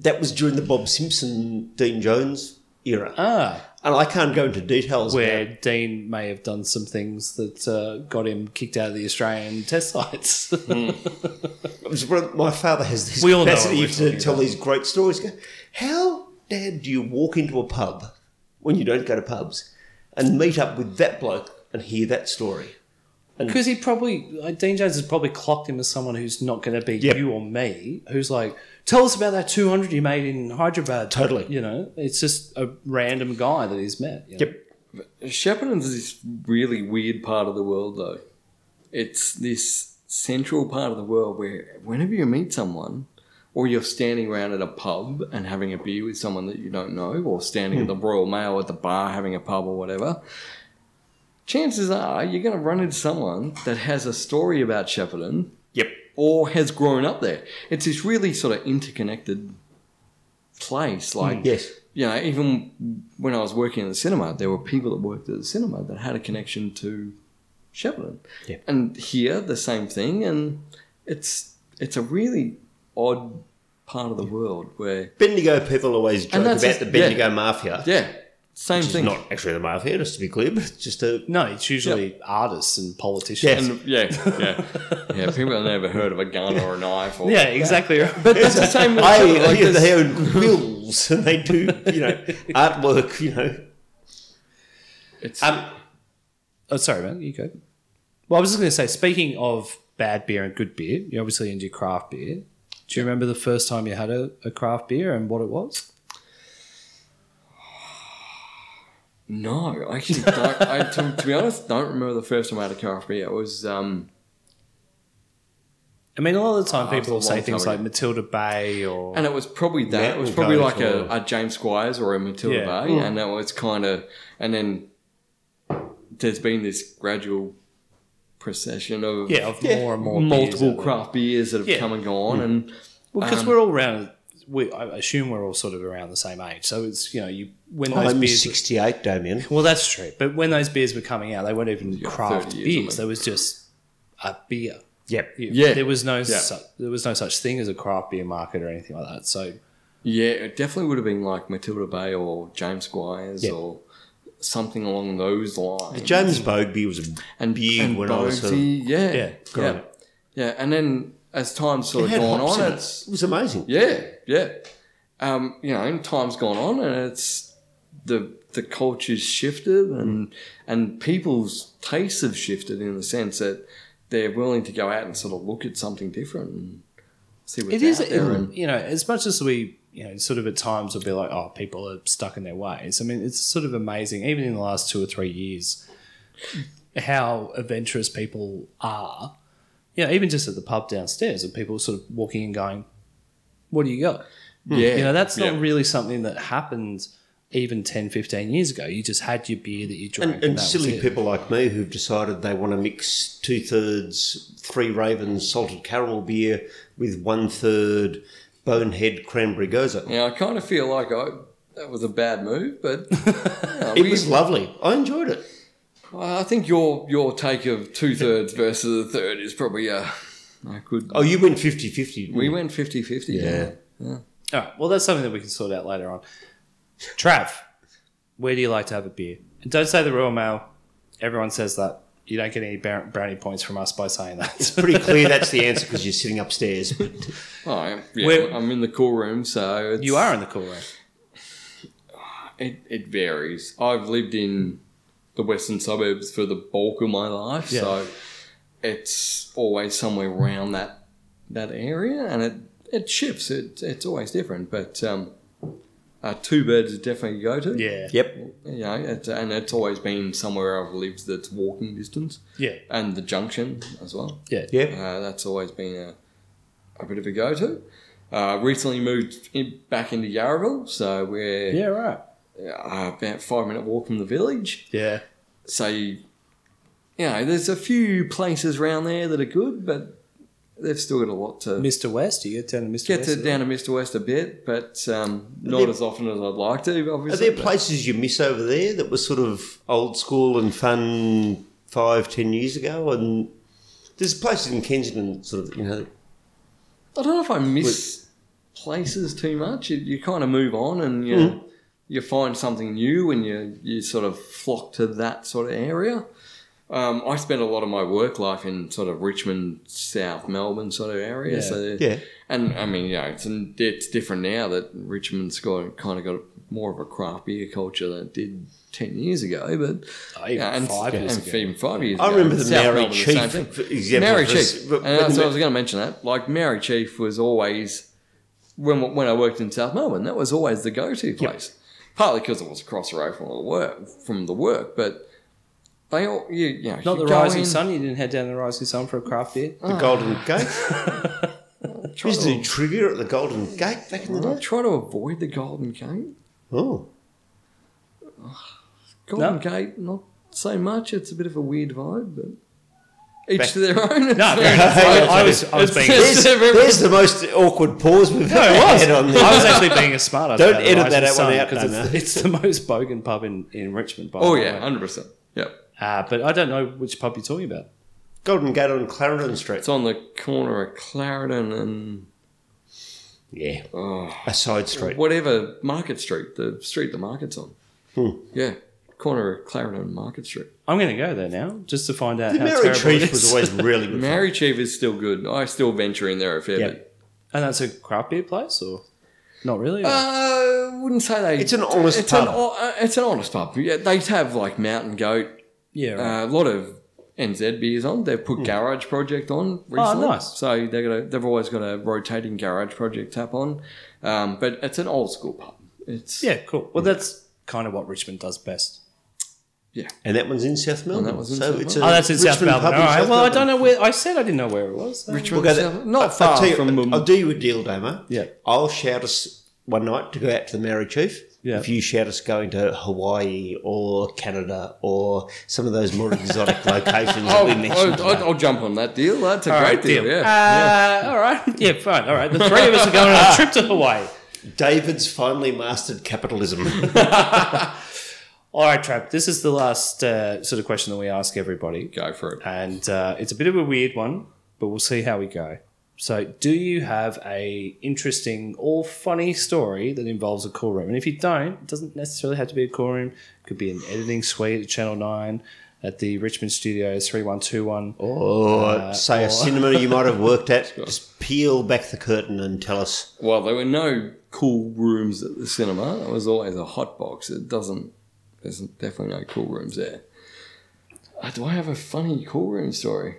Speaker 3: That was during the Bob Simpson Dean Jones era.
Speaker 2: ah.
Speaker 3: and I can't go into details
Speaker 2: where
Speaker 3: about
Speaker 2: Dean may have done some things that uh, got him kicked out of the Australian (laughs) test sites.
Speaker 3: It was one of- my father has this
Speaker 2: We all know
Speaker 3: capacity
Speaker 2: what we're
Speaker 3: to
Speaker 2: talking
Speaker 3: tell
Speaker 2: about.
Speaker 3: these great stories. Go, How, Dad, do you walk into a pub when you don't go to pubs and meet up with that bloke and hear that story?
Speaker 2: Because he probably, like, Dean Jones has probably clocked him as someone who's not going to be
Speaker 3: Yep.
Speaker 2: you or me, who's like, tell us about that 200 you made in Hyderabad.
Speaker 3: Totally.
Speaker 2: You know, it's just a random guy that he's met. you know?
Speaker 3: Yep.
Speaker 6: Shepparton's this really weird part of the world, though. It's this central part of the world where whenever you meet someone, or you're standing around at a pub and having a beer with someone that you don't know, or standing at the Royal Mail at the bar having a pub or whatever, chances are you're going to run into someone that has a story about Shepparton
Speaker 3: Yep.
Speaker 6: or has grown up there. It's this really sort of interconnected place. Like,
Speaker 3: Yes.
Speaker 6: you know, even when I was working in the cinema, there were people that worked at the cinema that had a connection to Shepparton.
Speaker 3: Yeah.
Speaker 6: And here, the same thing. And it's it's a really odd part of the world where,
Speaker 3: Bendigo people always joke about
Speaker 6: that's
Speaker 3: the
Speaker 6: just-
Speaker 3: Bendigo
Speaker 6: yeah.
Speaker 3: Mafia.
Speaker 6: yeah, same
Speaker 3: Which is
Speaker 6: thing.
Speaker 3: not actually the mafia, just to be clear, but it's just a
Speaker 2: No, it's usually artists and politicians.
Speaker 6: and (laughs) yeah, yeah, yeah. People have never heard of a gun or a knife.
Speaker 3: (laughs)
Speaker 6: Or,
Speaker 2: Yeah, exactly. right.
Speaker 6: but that's the same. with
Speaker 3: I,
Speaker 6: Shepparton, like
Speaker 3: yeah,
Speaker 6: this-
Speaker 3: they own wills and they do, you know, artwork, you know.
Speaker 6: it's,
Speaker 3: Um,
Speaker 2: (laughs) Oh, sorry, man. You go. Well, I was just going to say, speaking of bad beer and good beer, you're obviously into craft beer. Do you remember the first time you had a, a craft beer and what it was?
Speaker 6: No, I actually don't. I, to, to be honest, don't remember the first time I had a craft beer. It was um,
Speaker 2: I mean, a lot of the time
Speaker 6: Oh, it was
Speaker 2: people
Speaker 6: a
Speaker 2: will say
Speaker 6: long
Speaker 2: things
Speaker 6: time
Speaker 2: like Matilda Bay or.
Speaker 6: and it was probably that.
Speaker 3: That
Speaker 6: it was
Speaker 3: will
Speaker 6: probably
Speaker 3: go
Speaker 6: like a,
Speaker 3: for-
Speaker 6: a James Squires or a Matilda
Speaker 2: Yeah.
Speaker 6: Bay, and that was kind of. And then there's been this gradual procession of
Speaker 2: yeah, of more and more
Speaker 6: multiple
Speaker 2: beers out there.
Speaker 6: craft beers that have
Speaker 2: Yeah.
Speaker 6: come and gone,
Speaker 3: Mm.
Speaker 6: and
Speaker 2: Well, because
Speaker 6: Um,
Speaker 2: we're all around. We, I assume we're all sort of around the same age. So it's you know you
Speaker 6: Oh,
Speaker 2: when those
Speaker 3: I'm
Speaker 2: beers.
Speaker 3: 68, Damien.
Speaker 2: well, that's true. But when those beers were coming out, they weren't even craft
Speaker 6: 30 years or
Speaker 2: beers. They
Speaker 6: something.
Speaker 2: was just a beer.
Speaker 3: Yep.
Speaker 2: You-
Speaker 6: Yeah.
Speaker 2: there was no su- there was no such thing as a craft beer market or anything like that. So
Speaker 6: yeah, it definitely would have been like Matilda Bay or James Squires
Speaker 3: Yeah.
Speaker 6: or something along those lines.
Speaker 3: James Bogby was a
Speaker 6: and
Speaker 3: big
Speaker 6: and
Speaker 3: when I was sort of
Speaker 6: Bogsy, yeah,
Speaker 2: Yeah,
Speaker 3: growing
Speaker 6: yeah,
Speaker 3: up.
Speaker 6: yeah, and then as time's sort
Speaker 3: It
Speaker 6: of
Speaker 3: had
Speaker 6: gone
Speaker 3: hops in
Speaker 6: on,
Speaker 3: it.
Speaker 6: it's
Speaker 3: It was amazing.
Speaker 6: Yeah, yeah. Um, you know, and time's gone on, and it's the the culture's shifted, and and people's tastes have shifted in the sense that they're willing to go out and sort of look at something different and see what's
Speaker 2: it is
Speaker 6: out there. and,
Speaker 2: you know as much as we you know sort of at times will be like oh people are stuck in their ways i mean it's sort of amazing even in the last two or three years how adventurous people are you know even just at the pub downstairs and people sort of walking and going what do you got
Speaker 6: yeah,
Speaker 2: you know that's not
Speaker 6: yeah.
Speaker 2: really something that happened even 10 15 years ago you just had your beer that you drank
Speaker 3: And, and
Speaker 2: that was
Speaker 3: silly
Speaker 2: it.
Speaker 3: people like me who've decided they want to mix two thirds Three Ravens salted caramel beer with one third Bonehead cranberry gozer.
Speaker 6: You know, I kind of feel like I that was a bad
Speaker 2: (laughs)
Speaker 6: move, but you know,
Speaker 3: It
Speaker 6: we-
Speaker 3: was lovely. I enjoyed it.
Speaker 6: well, I think your your take of two thirds versus a third is probably a, a good.
Speaker 3: Oh, you went 50 50.
Speaker 6: we went 50-50.
Speaker 3: Yeah.
Speaker 2: all right well that's something that we can sort out later on trav where do you like to have a beer? And don't say the Royal Mail. Everyone says that. You don't get any bar- brownie points from us by saying that.
Speaker 3: Pretty clear that's the answer because you're sitting upstairs.
Speaker 6: Oh, I'm- yeah,
Speaker 2: Where-
Speaker 6: I'm in the cool room, so
Speaker 2: (laughs)
Speaker 6: it's,
Speaker 2: you are in the cool room.
Speaker 6: It, it varies. I've lived in the western suburbs for the bulk of my life, so it's always somewhere around that that area, and it it shifts. It it's always different, but um, uh, two birds is definitely a go to.
Speaker 2: Yeah.
Speaker 3: yep.
Speaker 6: you know, it's, and it's always been somewhere I've lived that's walking distance,
Speaker 2: Yeah.
Speaker 6: and the junction as well.
Speaker 2: Yeah.
Speaker 3: Yep.
Speaker 6: Uh, that's always been a, a bit of a go to. Uh, recently moved in, back into Yarraville, so we're
Speaker 2: Yeah, right.
Speaker 6: uh, about five minute walk from the village.
Speaker 2: Yeah.
Speaker 6: So, you, you know, there's a few places around there that are good, but they've still got a lot to
Speaker 2: Mr. West, you get down to Mr.
Speaker 6: get
Speaker 2: West.
Speaker 6: to, down to Mr. West a bit, but um, not
Speaker 3: there-
Speaker 6: as often as I'd like to,
Speaker 3: Are
Speaker 6: obviously.
Speaker 3: there
Speaker 6: but-
Speaker 3: places you miss over there that were sort of old school and fun five, ten years ago? And there's places in Kensington, that sort of, you know,
Speaker 6: I don't know if I miss places too much. You, you kind of move on and you you find something new and you you sort of flock to that sort of area. Um, I spent a lot of my work life in sort of Richmond, South Melbourne sort of area.
Speaker 2: Yeah.
Speaker 6: So
Speaker 3: Yeah.
Speaker 6: and I mean, you know, it's it's different now that Richmond's got kind of got more of a craft beer culture than it did ten years ago. But
Speaker 2: even
Speaker 6: yeah,
Speaker 2: five years
Speaker 6: and
Speaker 2: ago.
Speaker 6: even five years
Speaker 3: I
Speaker 6: ago.
Speaker 3: remember the
Speaker 6: South
Speaker 3: Maori
Speaker 6: Melbourne, the same
Speaker 3: Chief
Speaker 6: thing.
Speaker 3: example
Speaker 6: Maori
Speaker 3: of this,
Speaker 6: Chief.
Speaker 3: but-
Speaker 6: and
Speaker 3: but
Speaker 6: that's
Speaker 3: the-
Speaker 6: what I was going to mention that. Like Mary Chief was always when when I worked in South Melbourne, that was always the go-to place. Partly because it was across the road from the work, from the work, but they all you, you know
Speaker 2: Not
Speaker 6: you
Speaker 2: the
Speaker 6: go
Speaker 2: rising
Speaker 6: in-
Speaker 2: sun. You didn't head down the rising sun for a craft beer.
Speaker 3: The Golden
Speaker 2: (laughs)
Speaker 3: Gate. Used to do trivia at the Golden Gate back in the
Speaker 6: Did I
Speaker 3: day.
Speaker 6: try to avoid the Golden Gate?
Speaker 3: Oh,
Speaker 6: Golden
Speaker 2: No.
Speaker 6: Gate, not so much. It's a bit of a weird vibe, but each
Speaker 3: Back-
Speaker 6: to their (laughs) own.
Speaker 2: No, fair
Speaker 6: (laughs)
Speaker 2: enough. I, I was, I was being. (laughs)
Speaker 3: there's, there's the most awkward pause we've ever had (laughs) on this.
Speaker 2: I was actually being a smart ass.
Speaker 3: Don't
Speaker 2: about the
Speaker 3: edit that
Speaker 2: Rising
Speaker 3: one
Speaker 2: Sun,
Speaker 3: out,
Speaker 2: 'cause
Speaker 3: no,
Speaker 2: it's,
Speaker 3: no.
Speaker 2: it's the most bogan pub in, in Richmond. By
Speaker 6: oh
Speaker 2: the
Speaker 6: yeah,
Speaker 2: way.
Speaker 6: hundred percent. Yep,
Speaker 2: Uh, but I don't know which pub you're talking about.
Speaker 3: Golden Gate on Clarendon Street.
Speaker 6: it's on the corner of Clarendon and
Speaker 3: Yeah,
Speaker 6: oh,
Speaker 3: a side street.
Speaker 6: whatever Market Street, the street the market's on.
Speaker 3: Hmm.
Speaker 6: Yeah, corner of Clarendon and Market Street.
Speaker 2: I'm going to go there now just to find out
Speaker 3: The
Speaker 2: how
Speaker 3: Maori
Speaker 2: terrible it
Speaker 3: Chief
Speaker 2: is.
Speaker 3: was always
Speaker 2: (laughs)
Speaker 3: really good. fun.
Speaker 6: Mary Chief is still good. I still venture in there a fair
Speaker 3: Yep.
Speaker 6: bit.
Speaker 2: and that's a craft beer place, or not really? or-
Speaker 6: Uh, wouldn't say they.
Speaker 3: It's an honest
Speaker 6: it's
Speaker 3: pub.
Speaker 6: An, o- uh, it's an honest pub. Yeah, they have like Mountain Goat
Speaker 2: yeah, right.
Speaker 6: Uh, a lot of NZ beers on. They've
Speaker 3: Hmm.
Speaker 6: put Garage Project
Speaker 3: Oh,
Speaker 6: on recently.
Speaker 2: nice.
Speaker 6: So they're gonna, they've always got a rotating Garage Project tap on. Um, but it's an old school pub. It's
Speaker 2: yeah, cool. Well, that's kind of what Richmond does best.
Speaker 3: And that one's in South Melbourne.
Speaker 6: that one's in
Speaker 3: so
Speaker 6: South
Speaker 3: it's
Speaker 6: Melbourne.
Speaker 2: Oh, that's Oh, in South
Speaker 3: Richmond
Speaker 2: Melbourne.
Speaker 3: pub
Speaker 2: All
Speaker 3: in
Speaker 2: right.
Speaker 3: South
Speaker 2: Well, I don't
Speaker 3: Melbourne.
Speaker 2: know where. I said I didn't know where it was. so-
Speaker 6: Richmond,
Speaker 3: We'll go
Speaker 6: South-
Speaker 3: there.
Speaker 6: not
Speaker 3: I'll-
Speaker 6: far
Speaker 3: I'll tell you,
Speaker 6: from.
Speaker 3: I'll do you a deal, Damo.
Speaker 2: Yeah.
Speaker 3: I'll shout us one night to go out to the Maori Chief.
Speaker 2: Yeah.
Speaker 3: If you shout us going to Hawaii or Canada or some of those more exotic locations that
Speaker 6: I'll,
Speaker 3: we mentioned,
Speaker 6: I'll, I'll, I'll jump on that deal. That's a great deal.
Speaker 2: Um, deal.
Speaker 6: Yeah.
Speaker 2: Uh, all right. (laughs) Yeah, fine. All right. The three of us are going on a trip to Hawaii.
Speaker 3: David's finally mastered capitalism.
Speaker 2: All right, Trap. This is the last uh, sort of question that we ask everybody.
Speaker 6: Go for it.
Speaker 2: And uh, it's a bit of a weird one, but we'll see how we go. So, do you have a interesting or funny story that involves a cool room? And if you don't, it doesn't necessarily have to be a cool room. It could be an editing suite at Channel 9 at the Richmond Studios 3121.
Speaker 3: or say a cinema you might have worked at. Just peel back the curtain and tell us.
Speaker 6: Well, there were no cool rooms at the cinema. It was always a hot box. It doesn't. There's definitely no cool rooms there. Uh, do I have a funny cool room story?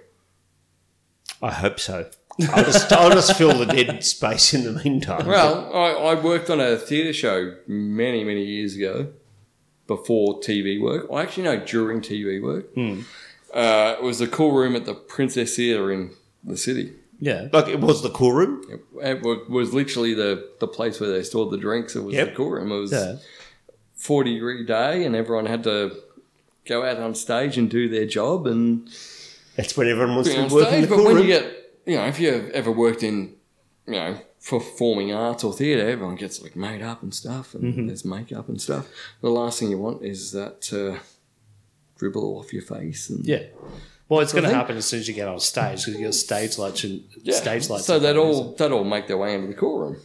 Speaker 3: I hope so. I'll just, I'll just (laughs) fill the
Speaker 2: (laughs)
Speaker 3: dead space in the meantime.
Speaker 6: Well, I, I worked on a theatre show many, many years ago before TV work. I actually know during TV work. Uh, it was the cool room at the Princess Theatre in the city.
Speaker 2: Yeah.
Speaker 3: like it was the cool room.
Speaker 6: It, it wa- was literally the, the place where they stored the drinks. It was the
Speaker 3: Yep.
Speaker 6: cool room. It was
Speaker 2: Yeah.
Speaker 6: 40 degree day and everyone had to go out on stage and do their job and
Speaker 3: That's when everyone wants
Speaker 6: be on
Speaker 3: to work in
Speaker 6: stage.
Speaker 3: the
Speaker 6: But
Speaker 3: cool
Speaker 6: when
Speaker 3: room.
Speaker 6: you get, you know, if you've ever worked in, you know, performing arts or theatre, everyone gets like made up and stuff, and
Speaker 2: Mm-hmm.
Speaker 6: there's makeup and stuff. The last thing you want is that to dribble off your face. And
Speaker 2: Yeah. Well, it's going to
Speaker 6: thing.
Speaker 2: happen as soon as you get on stage because you got stage lights and
Speaker 6: Yeah.
Speaker 2: stage lights.
Speaker 6: So
Speaker 2: and
Speaker 6: that
Speaker 2: things.
Speaker 6: all that all make their way into the cool room.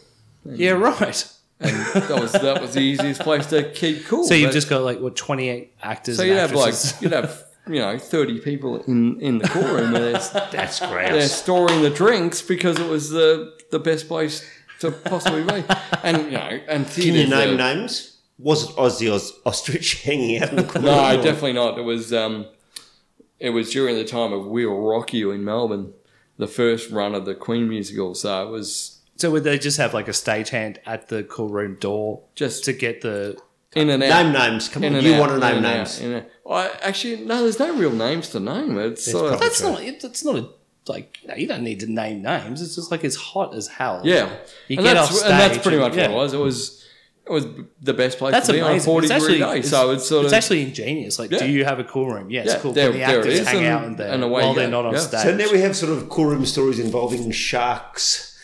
Speaker 2: Yeah, right.
Speaker 6: And that was that was the easiest place to keep cool.
Speaker 2: So you've
Speaker 6: But-
Speaker 2: just got like what twenty eight actors.
Speaker 6: so
Speaker 2: and
Speaker 6: you'd have like
Speaker 2: actresses. (laughs)
Speaker 6: you'd have you know thirty people in in the cool room where there's
Speaker 3: That's (laughs)
Speaker 6: they're
Speaker 3: grouse.
Speaker 6: storing the drinks because it was the the best place to possibly be. And you know, and
Speaker 3: Can
Speaker 6: theatre.
Speaker 3: you name names? Was it Ozzy Oz- Ostrich (laughs) hanging out in the corner?
Speaker 6: No, definitely not. It was um, it was during the time of We'll Rock You in Melbourne, the first run of the Queen musical. So it was
Speaker 2: so would they just have like a stagehand at the cool room door
Speaker 6: Just-
Speaker 2: to get the?
Speaker 6: in and out.
Speaker 3: Name names. Come
Speaker 6: in
Speaker 3: on,
Speaker 6: and
Speaker 3: you
Speaker 6: out,
Speaker 3: want to
Speaker 6: in
Speaker 3: name
Speaker 6: and out,
Speaker 3: names.
Speaker 6: in and out. I actually no, there's no real names to name. It's sort of
Speaker 2: That's not. it- That's not a like. You, know, you don't need to name names. It's just like it's hot as hell.
Speaker 6: yeah.
Speaker 2: You
Speaker 6: and,
Speaker 2: get off
Speaker 6: that's, and that's
Speaker 2: stage
Speaker 6: pretty
Speaker 2: and-
Speaker 6: much
Speaker 2: yeah.
Speaker 6: what it was. It was it was the best place
Speaker 2: That's
Speaker 6: to be on a
Speaker 2: amazing.
Speaker 6: forty
Speaker 2: It's
Speaker 6: degree
Speaker 2: actually,
Speaker 6: day. So it's sort
Speaker 2: it's
Speaker 6: of
Speaker 2: actually ingenious. Like,
Speaker 6: Yeah.
Speaker 2: do you have a cool room? Yeah, it's
Speaker 6: Yeah,
Speaker 2: cool.
Speaker 6: there-
Speaker 2: Can the
Speaker 6: there it
Speaker 2: actors
Speaker 6: is,
Speaker 2: hang
Speaker 6: and-
Speaker 2: out in there
Speaker 6: and away
Speaker 2: while
Speaker 6: you
Speaker 2: they're
Speaker 6: go.
Speaker 2: not on
Speaker 6: Yeah.
Speaker 2: stage.
Speaker 3: So now we have sort of cool room stories involving sharks.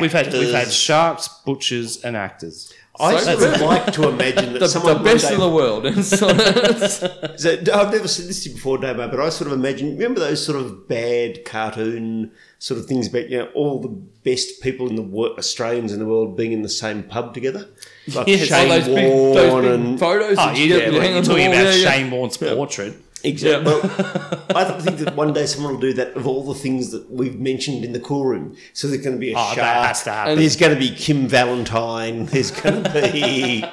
Speaker 2: we've had we've had
Speaker 3: actors.
Speaker 2: sharks, butchers, and actors.
Speaker 3: I
Speaker 6: So-
Speaker 3: sort of like to imagine that
Speaker 6: (laughs) the,
Speaker 3: someone
Speaker 6: the best
Speaker 3: one day,
Speaker 6: in the world. (laughs) It's sort of-
Speaker 3: So, I've never seen this before, Damo, but I sort of imagine. Remember those sort of bad cartoon sort of things about you know all the best people in the world, Australians in the world, being in the same pub together, like
Speaker 2: Yes.
Speaker 3: Shane
Speaker 6: (laughs) those big, those
Speaker 3: Warne
Speaker 6: big
Speaker 3: and
Speaker 6: photos.
Speaker 2: Oh,
Speaker 6: that
Speaker 2: you,
Speaker 6: you
Speaker 2: yeah,
Speaker 6: get
Speaker 2: like
Speaker 6: hanging
Speaker 2: you're
Speaker 6: on the
Speaker 2: talking
Speaker 6: wall,
Speaker 2: about
Speaker 6: yeah, yeah.
Speaker 2: Shane Warne's portrait.
Speaker 3: Exactly. Well, I think that one day someone will do that of all the things that we've mentioned in the core room. So there's going to be a
Speaker 2: Oh,
Speaker 3: shark.
Speaker 2: that has to happen.
Speaker 3: There's going to be Kim Valentine. There's going to be.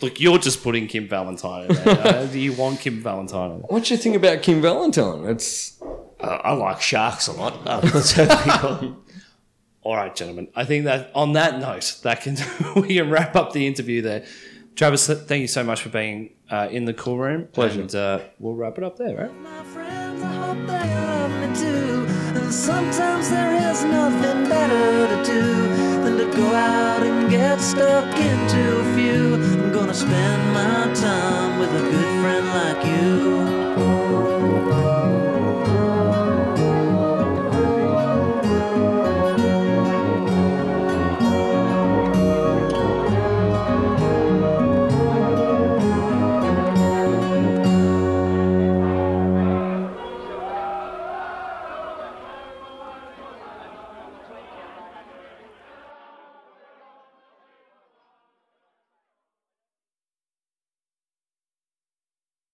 Speaker 2: Look, you're just putting Kim Valentine. In
Speaker 6: (laughs)
Speaker 2: there. Uh, Do you want Kim Valentine? in there?
Speaker 6: What do you think about Kim Valentine? It's
Speaker 3: Uh, I like sharks a lot. (laughs) Uh, let's have it on.
Speaker 2: (laughs) All right, gentlemen. I think that on that note, that can (laughs) we can wrap up the interview there. Travis, thank you so much for being uh, in the cool room. Pleasure. And uh, we'll wrap it up there, right?
Speaker 1: My friends, I hope they love me too. And sometimes there is nothing better to do than to go out and get stuck into a few. I'm gonna spend my time with a good friend like you.